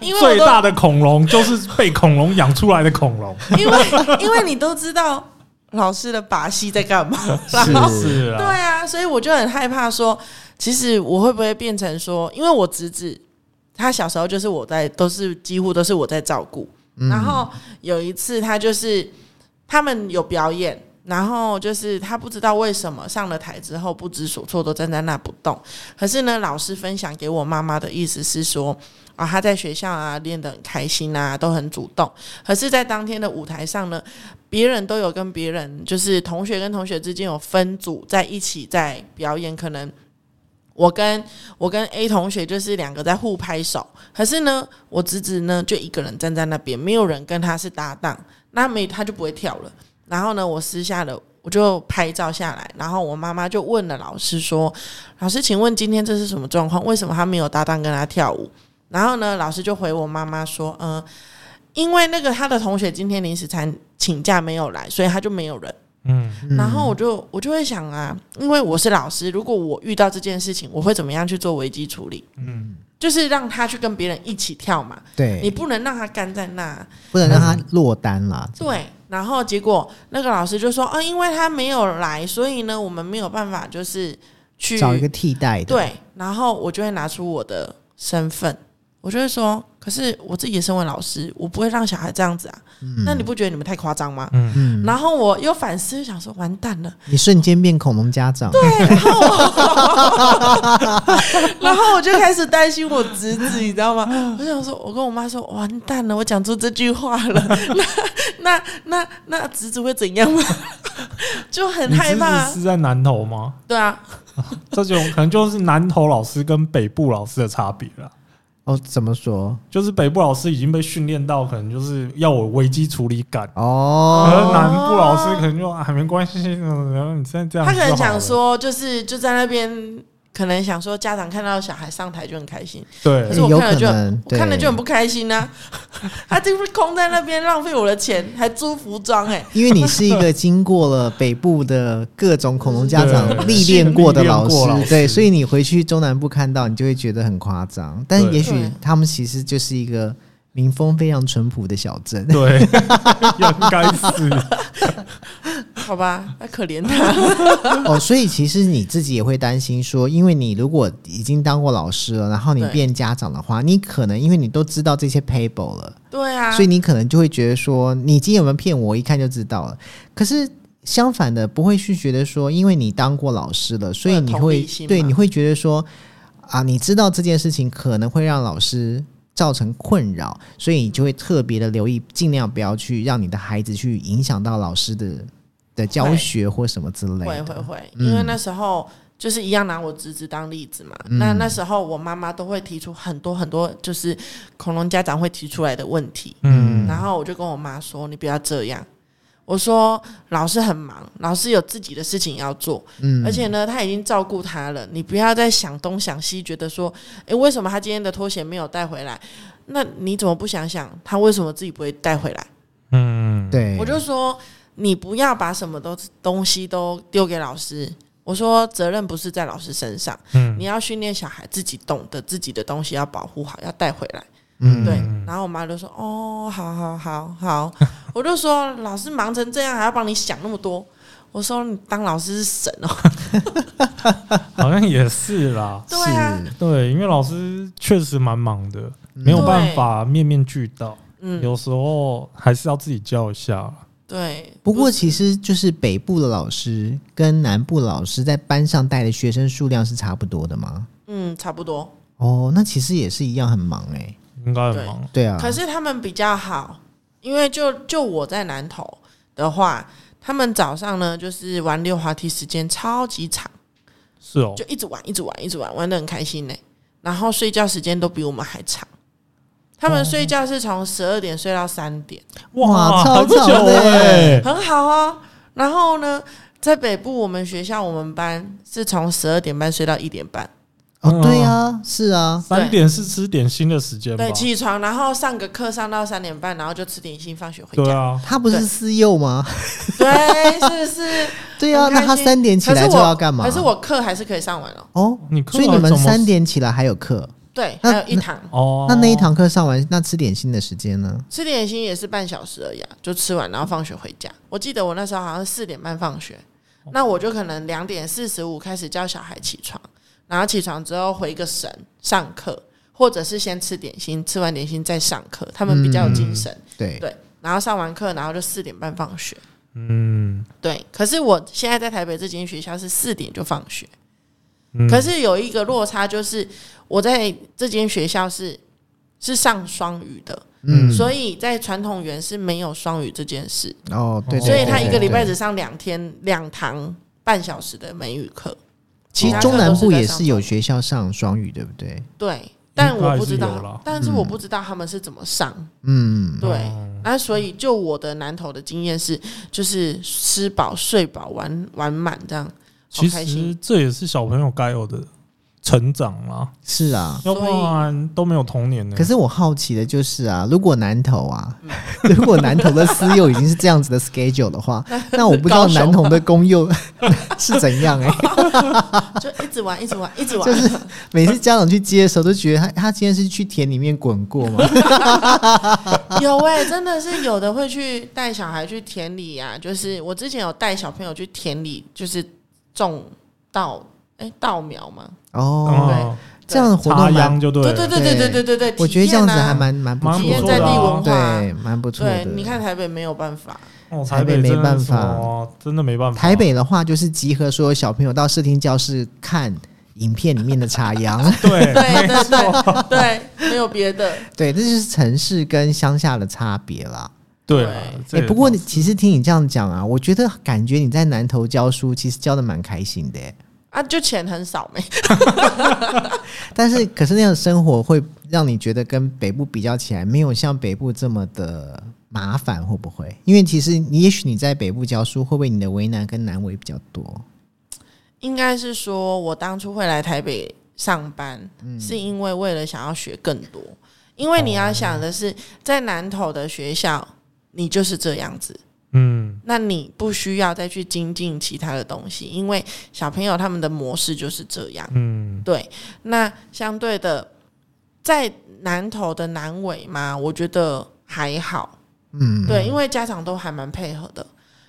[SPEAKER 3] 因为我
[SPEAKER 2] 最
[SPEAKER 3] 都
[SPEAKER 2] 大的恐龙就是被恐龙养出来的恐龙，
[SPEAKER 3] 因为因为你都知道老师的把戏在干嘛， 然后
[SPEAKER 2] 是
[SPEAKER 3] 对
[SPEAKER 2] 啊，
[SPEAKER 3] 啊，所以我就很害怕说，其实我会不会变成说，因为我侄子他小时候就是我在，都是几乎都是我在照顾。
[SPEAKER 2] 嗯
[SPEAKER 3] 然后有一次他就是他们有表演，然后就是他不知道为什么上了台之后不知所措，都站在那不动。可是呢，老师分享给我妈妈的意思是说。啊，他在学校啊练得很开心啊，都很主动。可是，在当天的舞台上呢，别人都有跟别人，就是同学跟同学之间有分组在一起在表演，可能。我跟我跟 A 同学就是两个在互拍手，可是呢，我侄子呢就一个人站在那边，没有人跟他是搭档，那没他就不会跳了。然后呢，我私下的我就拍照下来，然后我妈妈就问了老师说：“老师，请问今天这是什么状况？为什么他没有搭档跟他跳舞？”然后呢，老师就回我妈妈说：“嗯、因为那个他的同学今天临时参请假没有来，所以他就没有人。
[SPEAKER 2] 嗯，
[SPEAKER 3] 然后我就我就会想啊，因为我是老师，如果我遇到这件事情，我会怎么样去做危机处理？
[SPEAKER 2] 嗯，
[SPEAKER 3] 就是让他去跟别人一起跳嘛，
[SPEAKER 1] 嗯对，
[SPEAKER 3] 你不能让他干在那。
[SPEAKER 1] 不能让他落单啦。
[SPEAKER 3] 对，然后结果那个老师就说啊，因为他没有来，所以呢，我们没有办法就是去
[SPEAKER 1] 找一个替代的。，
[SPEAKER 3] 嗯对，然后我就会拿出我的身份，我就会说，可是我自己也身为老师，我不会让小孩这样子啊。
[SPEAKER 2] 嗯
[SPEAKER 3] 那你不觉得你们太夸张吗？
[SPEAKER 1] 嗯，
[SPEAKER 3] 然后我又反思，想说完蛋了，
[SPEAKER 1] 你瞬间变恐龙家长。对，
[SPEAKER 3] 然后我就开始担心我侄子，你知道吗？我想说，我跟我妈说，完蛋了，我讲出这句话了， 那那那那侄子会怎样吗？ 就很
[SPEAKER 2] 你
[SPEAKER 3] 害
[SPEAKER 2] 侄
[SPEAKER 3] 怕
[SPEAKER 2] 子，是在南投吗？
[SPEAKER 3] 对啊，
[SPEAKER 2] 这种可能就是南投老师跟北部老师的差别了。
[SPEAKER 1] 哦，怎么说？
[SPEAKER 2] 就是北部老师已经被训练到，可能就是要有危机处理感，而
[SPEAKER 1] 哦，
[SPEAKER 2] 南部老师可能就啊没关系，然后你现在这样，
[SPEAKER 3] 他可能想，说，就是就在那边。可能想说，家长看到小孩上台就很开心，可
[SPEAKER 2] 对
[SPEAKER 3] 是我看了就
[SPEAKER 1] 有可能
[SPEAKER 3] 我看了
[SPEAKER 1] 对
[SPEAKER 3] 就很不开心呐、 他就是空在那边浪费我的钱，还租服装哎、
[SPEAKER 1] 因为你是一个经过了北部的各种恐龙家
[SPEAKER 2] 对
[SPEAKER 1] 长历练过的老
[SPEAKER 2] 历练过老师
[SPEAKER 1] 师，对，所以你回去中南部看到，你就会觉得很夸张。但
[SPEAKER 2] 对
[SPEAKER 1] 也许
[SPEAKER 3] 对
[SPEAKER 1] 他们其实就是一个民风非常淳朴的小镇。
[SPEAKER 2] 对， 应该是
[SPEAKER 3] 好吧，那可怜他。
[SPEAKER 1] 哦，所以其实你自己也会担心说，因为你如果已经当过老师了，然后你
[SPEAKER 3] 对
[SPEAKER 1] 变家长的话，你可能因为你都知道这些 paper 了，
[SPEAKER 3] 对啊，
[SPEAKER 1] 所以你可能就会觉得说，你今天有没有骗我，一看就知道了。可是相反的，不会去觉得说，因为你当过老师了，所以你
[SPEAKER 3] 会有同
[SPEAKER 1] 会
[SPEAKER 3] 理心
[SPEAKER 1] 对
[SPEAKER 3] 嘛
[SPEAKER 1] 你会觉得说，啊，你知道这件事情可能会让老师造成困扰，所以你就会特别的留意，尽量不要去让你的孩子去影响到老师的的教
[SPEAKER 3] 会
[SPEAKER 1] 学或什么之类
[SPEAKER 3] 会
[SPEAKER 1] 的。
[SPEAKER 3] 会会，
[SPEAKER 1] 嗯嗯
[SPEAKER 3] 因为那时候就是一样拿我侄子当例子嘛。那那时候我妈妈都会提出很多很多，就是恐龙家长会提出来的问题。
[SPEAKER 2] 嗯
[SPEAKER 3] 然后我就跟我妈说：“你不要这样。”我说：“老师很忙，老师有自己的事情要做，
[SPEAKER 1] 嗯
[SPEAKER 3] 而且呢，他已经照顾他了，你不要再想东想西，觉得说，诶，为什么他今天的拖鞋没有带回来？那你怎么不想想他为什么自己不会带回来？”
[SPEAKER 2] 嗯，
[SPEAKER 1] 对，
[SPEAKER 3] 我就说你不要把什么都东西都丢给老师。我说责任不是在老师身上，
[SPEAKER 2] 嗯
[SPEAKER 3] 你要训练小孩自己懂得自己的东西要保护好，要带回来。
[SPEAKER 1] 嗯
[SPEAKER 3] 对，然后我妈就说：“哦，好好好好。” 我就说：“老师忙成这样，还要帮你想那么多。”我说：“你当老师是神哦。
[SPEAKER 2] 好像也是啦”，
[SPEAKER 3] 对啊，
[SPEAKER 2] 对，因为老师确实蛮忙的，没有办法面面俱到，
[SPEAKER 3] 嗯，
[SPEAKER 2] 有时候还是要自己教一下，
[SPEAKER 3] 对。
[SPEAKER 1] 不过其实就是北部的老师跟南部老师在班上带的学生数量是差不多的吗？
[SPEAKER 3] 嗯，差不多。
[SPEAKER 1] 哦，那其实也是一样很忙哎、
[SPEAKER 2] 应该很
[SPEAKER 3] 对
[SPEAKER 2] 忙，
[SPEAKER 1] 对啊，
[SPEAKER 3] 可是他们比较好，因为就就我在南投的话，他们早上呢就是玩溜滑梯时间超级长，
[SPEAKER 2] 是哦
[SPEAKER 3] 就，一直玩，一直玩，一直玩，玩的很开心呢、然后睡觉时间都比我们还长，他们睡觉是从十二点睡到三点，
[SPEAKER 1] 哇超
[SPEAKER 2] 还不
[SPEAKER 1] 早
[SPEAKER 2] 久
[SPEAKER 1] 的
[SPEAKER 2] 哎，
[SPEAKER 3] 很好哦。然后呢，在北部我们学校我们班是从十二点半睡到一点半，
[SPEAKER 1] 哦，对啊，是啊，
[SPEAKER 2] 三点是吃点心的时间吧
[SPEAKER 3] 对，？起床然后上个课上到三点半，然后就吃点心，放学回
[SPEAKER 2] 对
[SPEAKER 3] 家，
[SPEAKER 2] 啊，
[SPEAKER 1] 他不是
[SPEAKER 3] 对
[SPEAKER 1] 私幼吗？
[SPEAKER 3] 对，是不是？
[SPEAKER 1] 对啊，
[SPEAKER 3] 很
[SPEAKER 1] 那
[SPEAKER 3] 开
[SPEAKER 1] 他
[SPEAKER 3] 心
[SPEAKER 1] 三点起来就要干嘛？
[SPEAKER 3] 可是我可是我课还是可以上完哦。
[SPEAKER 1] 哦，
[SPEAKER 2] 你课
[SPEAKER 1] 所以你们
[SPEAKER 2] 怎么
[SPEAKER 1] 三点起来还有课，
[SPEAKER 3] 对，
[SPEAKER 1] 那
[SPEAKER 3] 还有一堂
[SPEAKER 2] 哦，
[SPEAKER 1] 那那一堂课上完，那吃点心的时间呢？
[SPEAKER 3] 吃点心也是半小时而已、啊，就吃完然后放学回家。我记得我那时候好像四点半放学，那我就可能两点四十五开始叫小孩起床，然后起床之后回个神上课，或者是先吃点心，吃完点心再上课，他们比较有精神。
[SPEAKER 1] 对，
[SPEAKER 3] 对，然后上完课，然后就四点半放学。
[SPEAKER 2] 嗯，
[SPEAKER 3] 对，可是我现在在台北这间学校是四点就放学，
[SPEAKER 2] 嗯
[SPEAKER 3] 可是有一个落差，就是我在这间学校是是上双语的，
[SPEAKER 1] 嗯，
[SPEAKER 3] 所以在传统园是没有双语这件事，
[SPEAKER 1] 哦，对，对
[SPEAKER 3] 所以他
[SPEAKER 1] 对
[SPEAKER 3] 一个
[SPEAKER 1] 对
[SPEAKER 3] 礼拜
[SPEAKER 1] 对
[SPEAKER 3] 只上两天两堂半小时的美语课。
[SPEAKER 1] 其
[SPEAKER 3] 他
[SPEAKER 1] 实
[SPEAKER 3] 课
[SPEAKER 1] 中南
[SPEAKER 3] 都是
[SPEAKER 1] 部
[SPEAKER 3] 在
[SPEAKER 1] 也
[SPEAKER 3] 上
[SPEAKER 1] 是有
[SPEAKER 3] 中
[SPEAKER 1] 学校上双语，对不对？
[SPEAKER 3] 对，但我不知
[SPEAKER 2] 应该还是有啦
[SPEAKER 3] 道，但是我不知道他们是怎么上。
[SPEAKER 1] 嗯，
[SPEAKER 3] 对，那所以就我的南投的经验是，就是吃饱睡饱玩玩满这样，好
[SPEAKER 2] 其
[SPEAKER 3] 开
[SPEAKER 2] 实
[SPEAKER 3] 心。
[SPEAKER 2] 这也是小朋友该有的成长啦，
[SPEAKER 1] 是啊。
[SPEAKER 2] 要
[SPEAKER 3] 所
[SPEAKER 2] 不
[SPEAKER 3] 以
[SPEAKER 2] 然都没有童年呢。
[SPEAKER 1] 可是我好奇的就是啊，如果南投啊， 如果南投的私幼已经是这样子的 schedule 的 话，那我不知道
[SPEAKER 3] 高雄
[SPEAKER 1] 南投的公幼 是怎 样哎、
[SPEAKER 3] 就一直玩，一直玩，一直玩。
[SPEAKER 1] 就是每次家长去接的时候都觉得他他今天是去田里面滚过 吗？
[SPEAKER 3] 有哎、真的是有的会去带小孩去田里啊，就是我之前有带小朋友去田里，就是种稻，哎、稻苗嘛。
[SPEAKER 1] 哦，
[SPEAKER 2] 哦，
[SPEAKER 1] 这样的活
[SPEAKER 2] 插
[SPEAKER 1] 动蛮
[SPEAKER 2] 秧就对
[SPEAKER 3] 对
[SPEAKER 2] 了，
[SPEAKER 3] 对对对对对对对，
[SPEAKER 1] 我觉得
[SPEAKER 3] 体
[SPEAKER 1] 这样
[SPEAKER 3] 验啊
[SPEAKER 1] 子还蛮蛮不
[SPEAKER 2] 蛮
[SPEAKER 1] 错
[SPEAKER 2] 不
[SPEAKER 1] 的，
[SPEAKER 2] 错的啊体验在地文
[SPEAKER 3] 化
[SPEAKER 1] 对，蛮不错的
[SPEAKER 3] 对。。你看，台北没有办法，
[SPEAKER 2] 哦，
[SPEAKER 1] 台北
[SPEAKER 2] 北真的
[SPEAKER 1] 没办
[SPEAKER 2] 是
[SPEAKER 1] 法
[SPEAKER 2] 哦，真的没办法。
[SPEAKER 1] 台北的话就是集合所有小朋友到视听教室看影片里面的插秧，
[SPEAKER 2] 对
[SPEAKER 3] 对对对对，没有别的。
[SPEAKER 1] 对，这就是城市跟乡下的差别啦。
[SPEAKER 2] 对
[SPEAKER 3] 对
[SPEAKER 2] 啊
[SPEAKER 3] 哎
[SPEAKER 2] 这
[SPEAKER 1] 哎、
[SPEAKER 2] 也
[SPEAKER 1] 不过你其实听你这样讲啊，我觉得感觉你在南投教书，其实教的蛮开心的、欸。
[SPEAKER 3] 啊，就钱很少没、
[SPEAKER 1] 但是，可是那样的生活会让你觉得跟北部比较起来，没有像北部这么的麻烦，会不会？因为其实你也许你在北部教书，会不会你的为难跟难为比较多？
[SPEAKER 3] 应该是说我当初会来台北上班，
[SPEAKER 1] 嗯
[SPEAKER 3] 是因为为了想要学更多。因为你
[SPEAKER 1] 哦
[SPEAKER 3] 要想的是，在南投的学校，你就是这样子，
[SPEAKER 2] 嗯，
[SPEAKER 3] 那你不需要再去精进其他的东西，因为小朋友他们的模式就是这样。
[SPEAKER 2] 嗯，
[SPEAKER 3] 对，那相对的，在南投的南尾嘛，我觉得还好，
[SPEAKER 1] 嗯，
[SPEAKER 3] 对，因为家长都还蛮配合的，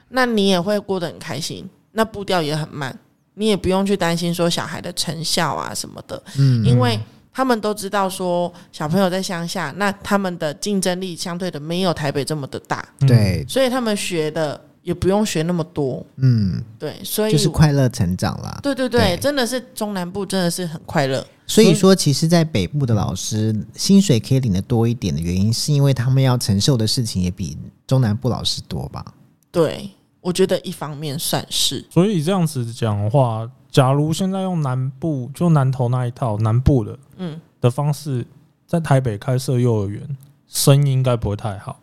[SPEAKER 3] 那你也会过得很开心，那步调也很慢，你也不用去担心说小孩的成效啊什么的，
[SPEAKER 1] 嗯
[SPEAKER 3] 因为他们都知道说小朋友在乡下，那他们的竞争力相对的没有台北这么的大，
[SPEAKER 2] 嗯，
[SPEAKER 1] 对，
[SPEAKER 3] 所以他们学的也不用学那么多，
[SPEAKER 1] 嗯，
[SPEAKER 3] 对，所以
[SPEAKER 1] 就是快乐成长啦。
[SPEAKER 3] 对对对，
[SPEAKER 1] 对
[SPEAKER 3] 真的是中南部真的是很快乐，
[SPEAKER 1] 所以说，其实，在北部的老师薪水可以领的多一点的原因，是因为他们要承受的事情也比中南部老师多吧？
[SPEAKER 3] 对，我觉得一方面算是
[SPEAKER 2] 所以这样子讲的话，假如现在用南部就南投那一套南部的
[SPEAKER 3] 嗯
[SPEAKER 2] 的方式，在台北开设幼儿园，生意应该不会 太好，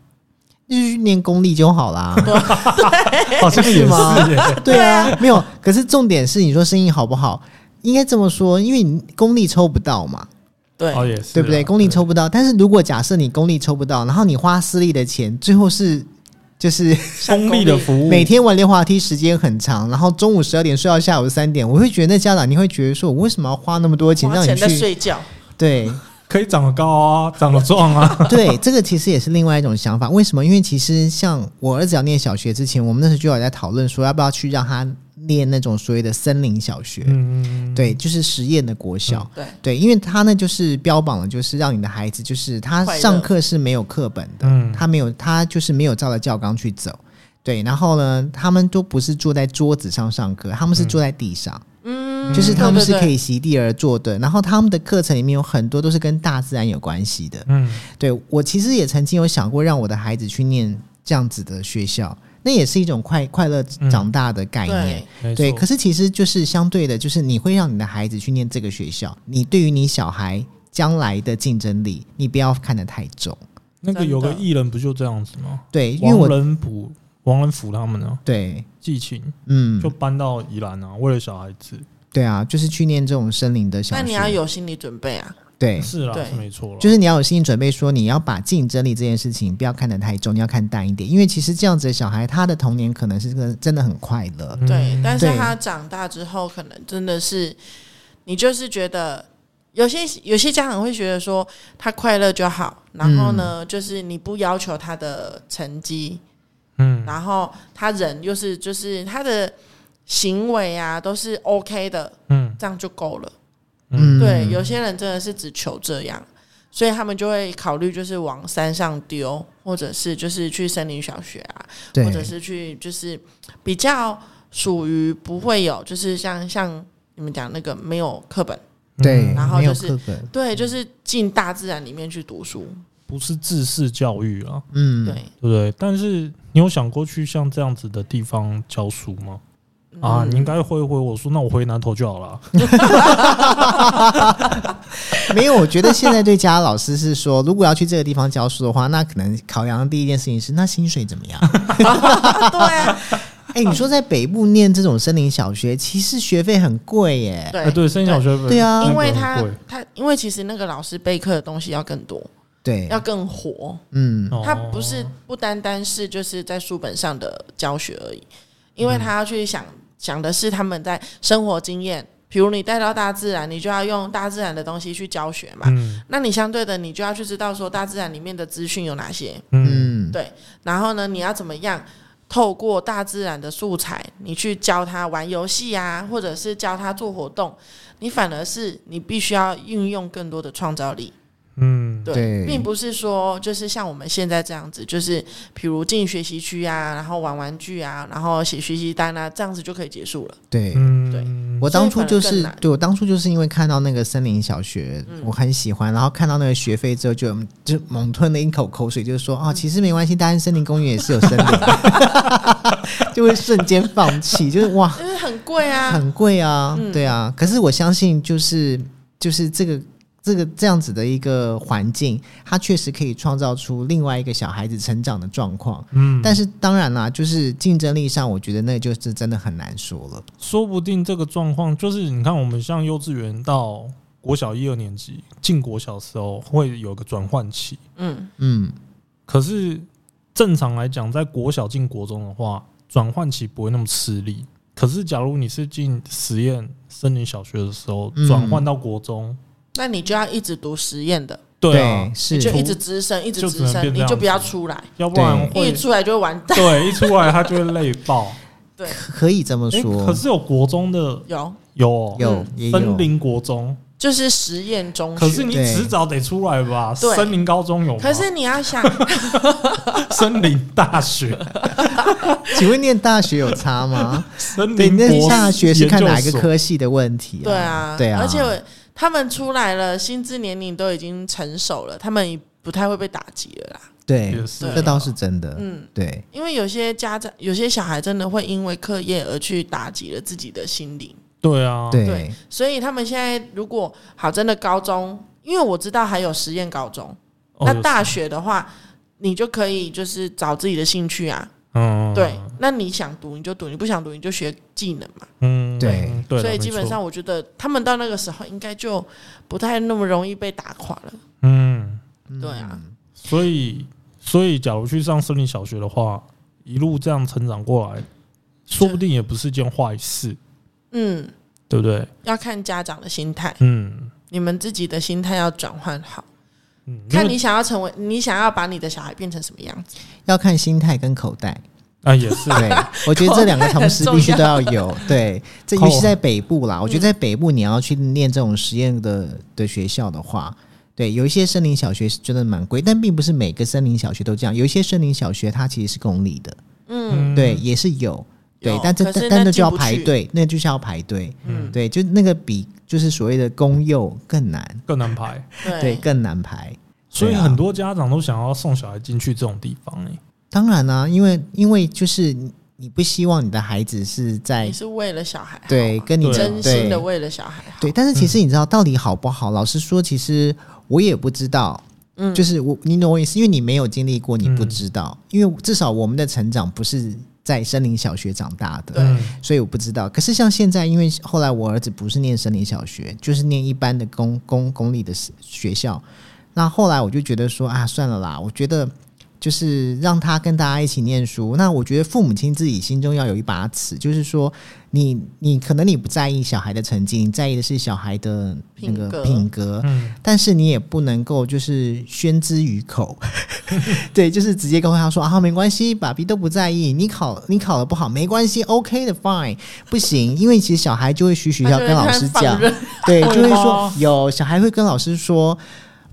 [SPEAKER 1] 就是念公立就好啦。
[SPEAKER 2] 好像哦也
[SPEAKER 1] 是吗
[SPEAKER 2] 是耶，
[SPEAKER 1] 对啊，没有。可是重点是，你说生意好不好？应该这么说，因为你公立抽不到嘛，
[SPEAKER 3] 对，
[SPEAKER 2] 哦也是啊，
[SPEAKER 1] 对不对？公立抽不到，但是如果假设你公立抽不到，然后你花私立的钱，最后是就是
[SPEAKER 2] 公立的服务
[SPEAKER 1] 每天玩溜滑梯时间很长，然后中午十二点睡到下午三点，我会觉得那家长你会觉得说，我为什么要花那么多钱
[SPEAKER 3] 花
[SPEAKER 1] 让你
[SPEAKER 3] 钱在
[SPEAKER 1] 去？
[SPEAKER 3] 睡觉，
[SPEAKER 1] 对
[SPEAKER 2] 可以长得高啊，长得壮 啊，
[SPEAKER 1] 对，这个其实也是另外一种想法。为什么？因为其实像我儿子要念小学之前，我们那时候就有在讨论说，要不要去让他念那种所谓的森林小学。
[SPEAKER 2] 嗯，
[SPEAKER 1] 对，就是实验的国小，
[SPEAKER 3] 对
[SPEAKER 1] 对，因为他呢就是标榜了，就是让你的孩子，就是他
[SPEAKER 3] 快乐
[SPEAKER 1] 上课是没有课本的，
[SPEAKER 2] 嗯
[SPEAKER 1] 他没有，他就是没有照着教纲去走，对，然后呢，他们都不是坐在桌子上上课，他们是坐在地上，
[SPEAKER 3] 嗯
[SPEAKER 1] 就是他们是可
[SPEAKER 3] 对对
[SPEAKER 1] 以席地而坐的，然后他们的课程里面有很多都是跟大自然有关系的，
[SPEAKER 2] 嗯，
[SPEAKER 1] 对我其实也曾经有想过让我的孩子去念这样子的学校，那也是一种快快乐长大的概念
[SPEAKER 3] 对。
[SPEAKER 2] 嗯没
[SPEAKER 1] 对，
[SPEAKER 2] 错
[SPEAKER 1] 可是其实就是相对的，就是你会让你的孩子去念这个学校，你对于你小孩将来的竞争力，你不要看得太重。
[SPEAKER 2] 那个有个
[SPEAKER 3] 真的
[SPEAKER 2] 艺人不就这样子吗？
[SPEAKER 1] 对，因为
[SPEAKER 2] 王
[SPEAKER 1] 我
[SPEAKER 2] 仁甫、王仁甫他们呢，
[SPEAKER 1] 对，
[SPEAKER 2] 季情
[SPEAKER 1] 嗯
[SPEAKER 2] 就，搬到宜兰啊，为了小孩子，
[SPEAKER 1] 对啊，就是去念这种森林的小学，
[SPEAKER 3] 那你要有心理准备啊。
[SPEAKER 1] 对，
[SPEAKER 2] 是啦，
[SPEAKER 3] 对
[SPEAKER 2] 是没错啦，
[SPEAKER 1] 就是你要有心理准备，说你要把竞争力这件事情不要看得太重，你要看淡一点，因为其实这样子的小孩，他的童年可能是个真的很快乐，
[SPEAKER 2] 嗯
[SPEAKER 3] 对，但是
[SPEAKER 1] 对
[SPEAKER 3] 他长大之后，可能真的是你就是觉得有些有些家长会觉得说他快乐就好，然后呢，就是你不要求他的成绩，
[SPEAKER 2] 嗯，
[SPEAKER 3] 然后他人又是就是他的行为啊都是 OK 的，
[SPEAKER 2] 嗯
[SPEAKER 3] 这样就够了。
[SPEAKER 2] 嗯
[SPEAKER 3] 对，有些人真的是只求这样。所以他们就会考虑，就是往山上丢，或者是就是去森林小学啊，
[SPEAKER 1] 对
[SPEAKER 3] 或，者是去就是比较属于不会有，就是像像你们讲那个没有课本，
[SPEAKER 1] 对，
[SPEAKER 3] 嗯然后
[SPEAKER 1] 没有
[SPEAKER 3] 就是
[SPEAKER 1] 课本，
[SPEAKER 3] 对，就是进大自然里面去读书，
[SPEAKER 2] 不是自式教育啊，
[SPEAKER 1] 嗯，
[SPEAKER 3] 对，
[SPEAKER 2] 对不对？但是你有想过去像这样子的地方教书吗？啊，你应该会回我说，那我回南投就好了。
[SPEAKER 1] 没有，我觉得现在对家老师是说，如果要去这个地方教书的话，那可能考量的第一件事情是，那薪水怎么样？
[SPEAKER 3] 对啊，
[SPEAKER 1] 哎、你说在北部念这种森林小学，其实学费很贵耶。
[SPEAKER 2] 哎，
[SPEAKER 3] 对
[SPEAKER 2] 对，升小学费
[SPEAKER 1] 对啊
[SPEAKER 2] 那个
[SPEAKER 3] 因为
[SPEAKER 2] 很
[SPEAKER 3] 他
[SPEAKER 2] 贵
[SPEAKER 3] 他因为其实那个老师备课的东西要更多，
[SPEAKER 1] 对，
[SPEAKER 3] 要更活，
[SPEAKER 1] 嗯，
[SPEAKER 2] 哦
[SPEAKER 3] 他不是不单单是就是在书本上的教学而已，
[SPEAKER 2] 嗯
[SPEAKER 3] 因为他要去想想的是他们在生活经验，比如你带到大自然，你就要用大自然的东西去教学嘛，
[SPEAKER 2] 嗯
[SPEAKER 3] 那你相对的，你就要去知道说大自然里面的资讯有哪些，
[SPEAKER 2] 嗯
[SPEAKER 1] 嗯，
[SPEAKER 3] 对，然后呢，你要怎么样透过大自然的素材，你去教他玩游戏啊，或者是教他做活动，你反而是你必须要运用更多的创造力，
[SPEAKER 2] 嗯，
[SPEAKER 3] 对，
[SPEAKER 1] 对
[SPEAKER 3] 并不是说就是像我们现在这样子，就是比如进学习区啊，然后玩玩具啊，然后写学习单啊，这样子就可以结束了，
[SPEAKER 1] 对。
[SPEAKER 2] 嗯
[SPEAKER 3] 对
[SPEAKER 1] 我当初就
[SPEAKER 3] 所以
[SPEAKER 1] 是
[SPEAKER 3] 反而更难嗯
[SPEAKER 1] 对我当初就是因为看到那个森林小学，我很喜欢，然后看到那个学费之后就就猛吞了一口口水，就是说啊、其实没关系，大安森林公园也是有森 林， 就会瞬间放弃，就是哇，
[SPEAKER 3] 因为很贵啊，
[SPEAKER 1] 很贵啊，对啊。可是我相信，就是就是这个这个这样子的一个环境，它确实可以创造出另外一个小孩子成长的状况。
[SPEAKER 2] 嗯，
[SPEAKER 1] 但是当然啦，就是竞争力上，我觉得那就是真的很难说了。
[SPEAKER 2] 说不定这个状况就是，你看我们像幼稚园到国小一二年级进国小的时候，会有个转换期。
[SPEAKER 3] 嗯，
[SPEAKER 1] 嗯，
[SPEAKER 2] 可是正常来讲，在国小进国中的话，转换期不会那么吃力。可是假如你是进实验森林小学的时候
[SPEAKER 1] 嗯，
[SPEAKER 2] 转换到国中，
[SPEAKER 3] 那你就要一一直读实验的。
[SPEAKER 2] 对啊，
[SPEAKER 1] 是
[SPEAKER 3] 你就一直直升，一直
[SPEAKER 2] 就只
[SPEAKER 3] 直
[SPEAKER 2] 能
[SPEAKER 3] 升，
[SPEAKER 2] 变这
[SPEAKER 3] 你
[SPEAKER 2] 样
[SPEAKER 3] 就不要
[SPEAKER 2] 子
[SPEAKER 3] 出来，
[SPEAKER 2] 要不然
[SPEAKER 3] 一
[SPEAKER 2] 会
[SPEAKER 3] 出来就会完 蛋。
[SPEAKER 2] 对一出来他就会累 爆。
[SPEAKER 3] 对，
[SPEAKER 1] 可以这么
[SPEAKER 2] 诶
[SPEAKER 1] 说。
[SPEAKER 2] 可是有国中的
[SPEAKER 3] 有
[SPEAKER 2] 有哦
[SPEAKER 1] 有也有嗯
[SPEAKER 2] 森，林国中，
[SPEAKER 3] 就是实验中学。
[SPEAKER 2] 可是你
[SPEAKER 1] 对
[SPEAKER 2] 迟早得出来吧？
[SPEAKER 3] 对
[SPEAKER 2] 森林高中有吗，
[SPEAKER 3] 可是你 要想，
[SPEAKER 2] 森林大 学。
[SPEAKER 1] 请问念大学有差 吗？
[SPEAKER 2] 森
[SPEAKER 1] 对，
[SPEAKER 2] 林
[SPEAKER 1] 那
[SPEAKER 2] 博士
[SPEAKER 1] 大学是
[SPEAKER 2] 研
[SPEAKER 1] 看
[SPEAKER 2] 究
[SPEAKER 1] 哪一个
[SPEAKER 2] 所？
[SPEAKER 1] 科系的问题啊？
[SPEAKER 3] 对啊，
[SPEAKER 1] 对啊，
[SPEAKER 3] 而且我他们出来了，心智年龄都已经成熟了，他们也不太会被打击了啦。
[SPEAKER 1] 对
[SPEAKER 2] 也，是啊
[SPEAKER 1] 这倒是真的。
[SPEAKER 3] 嗯，
[SPEAKER 1] 对，
[SPEAKER 3] 因为有些家长、有些小孩真的会因为课业而去打击了自己的心灵，
[SPEAKER 2] 对啊，
[SPEAKER 1] 对
[SPEAKER 3] 对，所以他们现在如果好真的高中，因为我知道还有实验高中，
[SPEAKER 2] 哦
[SPEAKER 3] 那大学的话，你就可以就是找自己的兴趣啊，
[SPEAKER 2] 嗯，
[SPEAKER 3] 对，那你想读你就读，你不想读你就学技能嘛。
[SPEAKER 2] 嗯，
[SPEAKER 1] 对
[SPEAKER 2] 嗯对啦，
[SPEAKER 3] 所以基
[SPEAKER 2] 没
[SPEAKER 3] 本
[SPEAKER 2] 错
[SPEAKER 3] 上我觉得他们到那个时候应该就不太那么容易被打垮了。
[SPEAKER 2] 嗯，
[SPEAKER 3] 对啊，
[SPEAKER 2] 所以所以假如去上森林小学的话，一路这样成长过来，说不定也不是件坏事，
[SPEAKER 3] 嗯，
[SPEAKER 2] 对不对？
[SPEAKER 3] 要看家长的心态，
[SPEAKER 2] 嗯
[SPEAKER 3] 你们自己的心态要转换好，
[SPEAKER 2] 嗯，因
[SPEAKER 3] 看
[SPEAKER 2] 为
[SPEAKER 3] 你想要成为，你想要把你的小孩变成什么样子。
[SPEAKER 1] 要看心态跟口袋。
[SPEAKER 2] 啊也是，
[SPEAKER 1] 对，我觉得这两个同时必须都要有。对，这尤其
[SPEAKER 2] 哦
[SPEAKER 1] 在北部啦，我
[SPEAKER 3] 嗯
[SPEAKER 1] 觉得在北部你要去念这种实验的的学校的话，对，有一些森林小学是真的蛮贵，但并不是每个森林小学都这样。有一些森林小学它其实是公立的，
[SPEAKER 3] 嗯
[SPEAKER 2] 嗯
[SPEAKER 1] 对，，也是有。对
[SPEAKER 3] 有，
[SPEAKER 1] 但这
[SPEAKER 3] 可是
[SPEAKER 1] 但
[SPEAKER 3] 那
[SPEAKER 1] 但那就要
[SPEAKER 3] 进不去
[SPEAKER 1] 排队，那就是要排队。
[SPEAKER 3] 嗯，
[SPEAKER 1] 对，就那个比就是所谓的公幼更难，
[SPEAKER 2] 更难排。
[SPEAKER 1] 对，
[SPEAKER 3] 对，
[SPEAKER 1] 更难排。
[SPEAKER 2] 所以
[SPEAKER 1] 对啊
[SPEAKER 2] 很多家长都想要送小孩进去这种地方、欸，
[SPEAKER 1] 当然啦、因为因为就是你你不希望你的孩子是在
[SPEAKER 3] 你是为了小孩好，
[SPEAKER 1] 对跟你
[SPEAKER 2] 对啊
[SPEAKER 3] 真心
[SPEAKER 1] 对
[SPEAKER 3] 的为了小孩好，
[SPEAKER 1] 对，但是其实你知道到底好不好？老实说，其实我也不知道。
[SPEAKER 3] 嗯
[SPEAKER 1] 就是我，你懂我意思，因为你没有经历过，你不
[SPEAKER 2] 嗯
[SPEAKER 1] 知道。因为至少我们的成长不是在森林小学长大的，
[SPEAKER 2] 嗯
[SPEAKER 1] 所以我不知道。可是像现在，因为后来我儿子不是念森林小学，就是念一般的公公公立的学校。那后来我就觉得说啊，算了啦，我觉得就是让他跟大家一起念书。那我觉得父母亲自己心中要有一把尺，就是说你你可能你不在意小孩的成绩，你在意的是小孩的那个
[SPEAKER 3] 品格
[SPEAKER 1] 品格
[SPEAKER 2] 嗯，
[SPEAKER 1] 但是你也不能够就是宣之于口， 对，就是直接告诉他说啊，没关系，爸比都不在意，你考你考的不好没关系，OK 的，fine，不行，因为其实小孩就会去学校跟老师
[SPEAKER 3] 他就会
[SPEAKER 1] 讲
[SPEAKER 3] 开始放，任
[SPEAKER 1] 对，
[SPEAKER 2] 会
[SPEAKER 1] 就会
[SPEAKER 2] 吗
[SPEAKER 1] 说有小孩会跟老师说，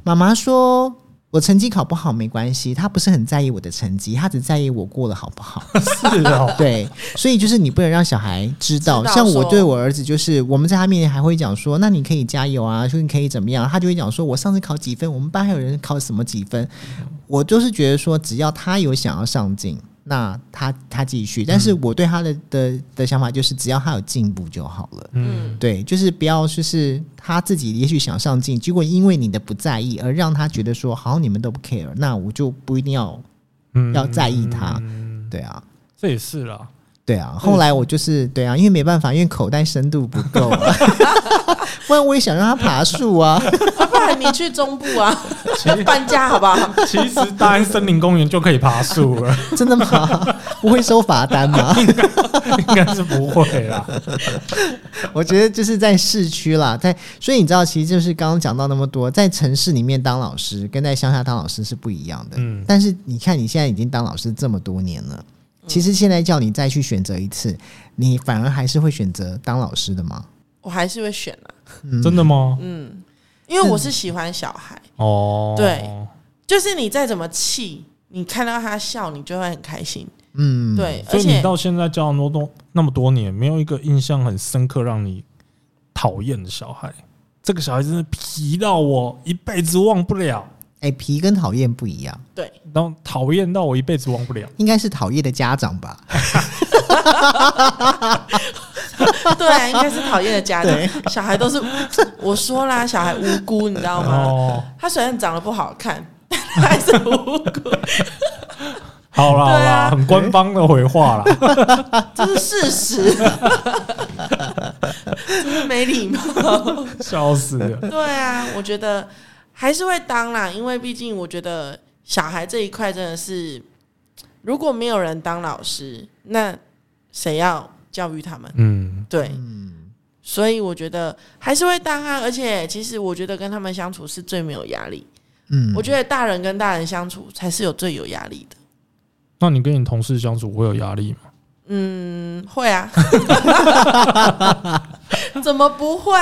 [SPEAKER 1] 妈妈说。我成绩考不好没关系，他不是很在意我的成绩，他只在意我过得好不好。
[SPEAKER 2] 是 哦，
[SPEAKER 1] 对，所以就是你不能让小孩知道。
[SPEAKER 3] 知道
[SPEAKER 1] 像我
[SPEAKER 3] 说
[SPEAKER 1] 对我儿子，就是我们在他面前还会讲说，那你可以加油啊，说你可以怎么样，他就会讲说，我上次考几分，我们班还有人考什么几分。我就是觉得说，只要他有想要上进，那他他继续。但
[SPEAKER 3] 嗯
[SPEAKER 1] 是我对他的的的想法就是，只要他有进步就好了。
[SPEAKER 2] 嗯，
[SPEAKER 1] 对，就是不要，就是他自己也许想上进，结果因为你的不在意而让他觉得说，好，你们都不 care，那我就不一定要
[SPEAKER 2] 嗯
[SPEAKER 1] 要在意他
[SPEAKER 2] 嗯
[SPEAKER 1] 对啊。
[SPEAKER 2] 这也是啦。
[SPEAKER 1] 对啊，后来我就是对啊，因为没办法，因为口袋深度不够、 啊，不然我也想让他爬树啊。
[SPEAKER 3] 啊不然你去中部啊，
[SPEAKER 2] 其实
[SPEAKER 3] 搬家好不好？
[SPEAKER 2] 其实大安森林公园就可以爬树了，
[SPEAKER 1] 真的吗？不会收罚单 吗？
[SPEAKER 2] 应该是不会啦。
[SPEAKER 1] 我觉得就是在市区啦，在所以你知道，其实就是刚刚讲到那么多，在城市里面当老师跟在乡下当老师是不一样的。
[SPEAKER 2] 嗯
[SPEAKER 1] 但是你看你现在已经当老师这么多年了，
[SPEAKER 3] 嗯
[SPEAKER 1] 其实现在叫你再去选择一次，你反而还是会选择当老师的吗？
[SPEAKER 3] 我还是会选啊，
[SPEAKER 1] 嗯
[SPEAKER 2] 真的吗？
[SPEAKER 3] 嗯，因为我是喜欢小孩，
[SPEAKER 2] 哦，
[SPEAKER 3] 对，就是你再怎么气，你看到他笑，你就会很开心。
[SPEAKER 1] 嗯，
[SPEAKER 3] 对，
[SPEAKER 2] 所
[SPEAKER 3] 而
[SPEAKER 2] 以你
[SPEAKER 3] 且
[SPEAKER 2] 到现在教那么多那么多年，没有一个印象很深刻让你讨厌的小孩。这个小孩真的皮到我一辈子忘不了，
[SPEAKER 1] 哎、皮跟讨厌不一样，
[SPEAKER 3] 对，
[SPEAKER 2] 然后讨厌到我一辈子忘不了。
[SPEAKER 1] 应该是讨厌的家长吧。
[SPEAKER 3] 对啊，应该是讨厌的家
[SPEAKER 1] 对
[SPEAKER 3] 长，小孩都是我说啦，小孩无辜，你知道吗？
[SPEAKER 2] 哦，
[SPEAKER 3] 他虽然长得不好看，但他还是无辜，
[SPEAKER 2] 好啦好
[SPEAKER 3] 对
[SPEAKER 2] 啦，
[SPEAKER 3] 啊
[SPEAKER 2] 很官方的回话啦。
[SPEAKER 3] 这是事实， 真是没礼貌。
[SPEAKER 2] 笑死了。
[SPEAKER 3] 对啊，我觉得还是会当啦，因为毕竟我觉得小孩这一块真的是，如果没有人当老师，那谁要教育他们？
[SPEAKER 2] 嗯，
[SPEAKER 3] 对，所以我觉得还是会当啊。而且其实我觉得跟他们相处是最没有压力。
[SPEAKER 1] 嗯，
[SPEAKER 3] 我觉得大人跟大人相处才是有最有压力的。
[SPEAKER 2] 那你跟你同事相处会有压力吗？
[SPEAKER 3] 嗯，会啊， 怎么不会？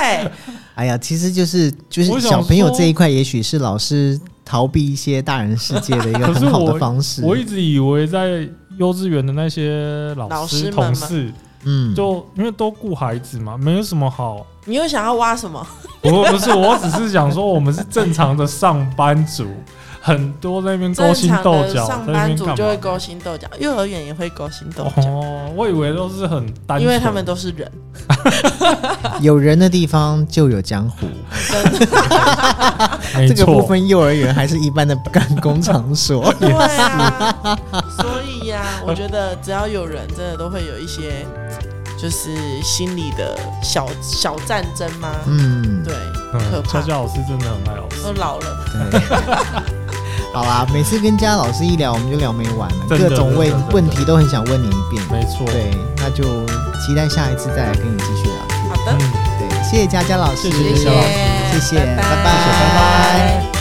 [SPEAKER 1] 哎呀，其实就是就
[SPEAKER 2] 我
[SPEAKER 1] 是
[SPEAKER 2] 想
[SPEAKER 1] 小朋友
[SPEAKER 2] 说
[SPEAKER 1] 这一块，也许是老师逃避一些大人世界的一个
[SPEAKER 2] 可是
[SPEAKER 1] 很好
[SPEAKER 2] 我
[SPEAKER 1] 的方式。
[SPEAKER 2] 我一直以为在幼稚园的那些老
[SPEAKER 3] 老师
[SPEAKER 2] 师
[SPEAKER 3] 们
[SPEAKER 2] 同
[SPEAKER 3] 吗
[SPEAKER 2] 事，
[SPEAKER 1] 嗯，
[SPEAKER 2] 就因为都顾孩子嘛，没有什么好。
[SPEAKER 3] 你又想要挖什么？
[SPEAKER 2] 我不是，我只是想说，我们是正常的上班族，很多在那边勾
[SPEAKER 3] 正
[SPEAKER 2] 心
[SPEAKER 3] 常
[SPEAKER 2] 斗
[SPEAKER 3] 的
[SPEAKER 2] 角，
[SPEAKER 3] 上
[SPEAKER 2] 在那
[SPEAKER 3] 班
[SPEAKER 2] 边
[SPEAKER 3] 族
[SPEAKER 2] 干
[SPEAKER 3] 就会
[SPEAKER 2] 嘛？
[SPEAKER 3] 勾心斗角，幼儿园也会勾心斗角，
[SPEAKER 2] 哦，我以为都是很单纯，
[SPEAKER 3] 因为他们都是 人。。
[SPEAKER 1] 有人的地方就有江湖，
[SPEAKER 2] 没
[SPEAKER 1] 这个部
[SPEAKER 2] 错，
[SPEAKER 1] 分幼儿园还是一般的干工常 说
[SPEAKER 3] 对啊，所以呀、我觉得只要有人，真的都会有一些就是心理的小小战争吗？
[SPEAKER 1] 嗯，
[SPEAKER 3] 对，可
[SPEAKER 2] 嗯，
[SPEAKER 3] 怕
[SPEAKER 2] 佳。佳老师真的很爱老师
[SPEAKER 3] 都，老了，
[SPEAKER 1] 对。好啦，每次跟佳老师一聊，我们就聊没完了，
[SPEAKER 2] 真的
[SPEAKER 1] 各种问
[SPEAKER 2] 真的真的
[SPEAKER 1] 问题都很想问你一
[SPEAKER 3] 嗯
[SPEAKER 1] 遍。
[SPEAKER 2] 没错，
[SPEAKER 1] 对，那就期待下一次再来跟你继续聊天。
[SPEAKER 3] 好的
[SPEAKER 2] 嗯。。
[SPEAKER 1] 对，谢谢佳佳老师，
[SPEAKER 2] 谢谢谢谢
[SPEAKER 1] 谢谢，
[SPEAKER 3] 拜
[SPEAKER 1] 拜
[SPEAKER 3] 拜
[SPEAKER 1] 拜。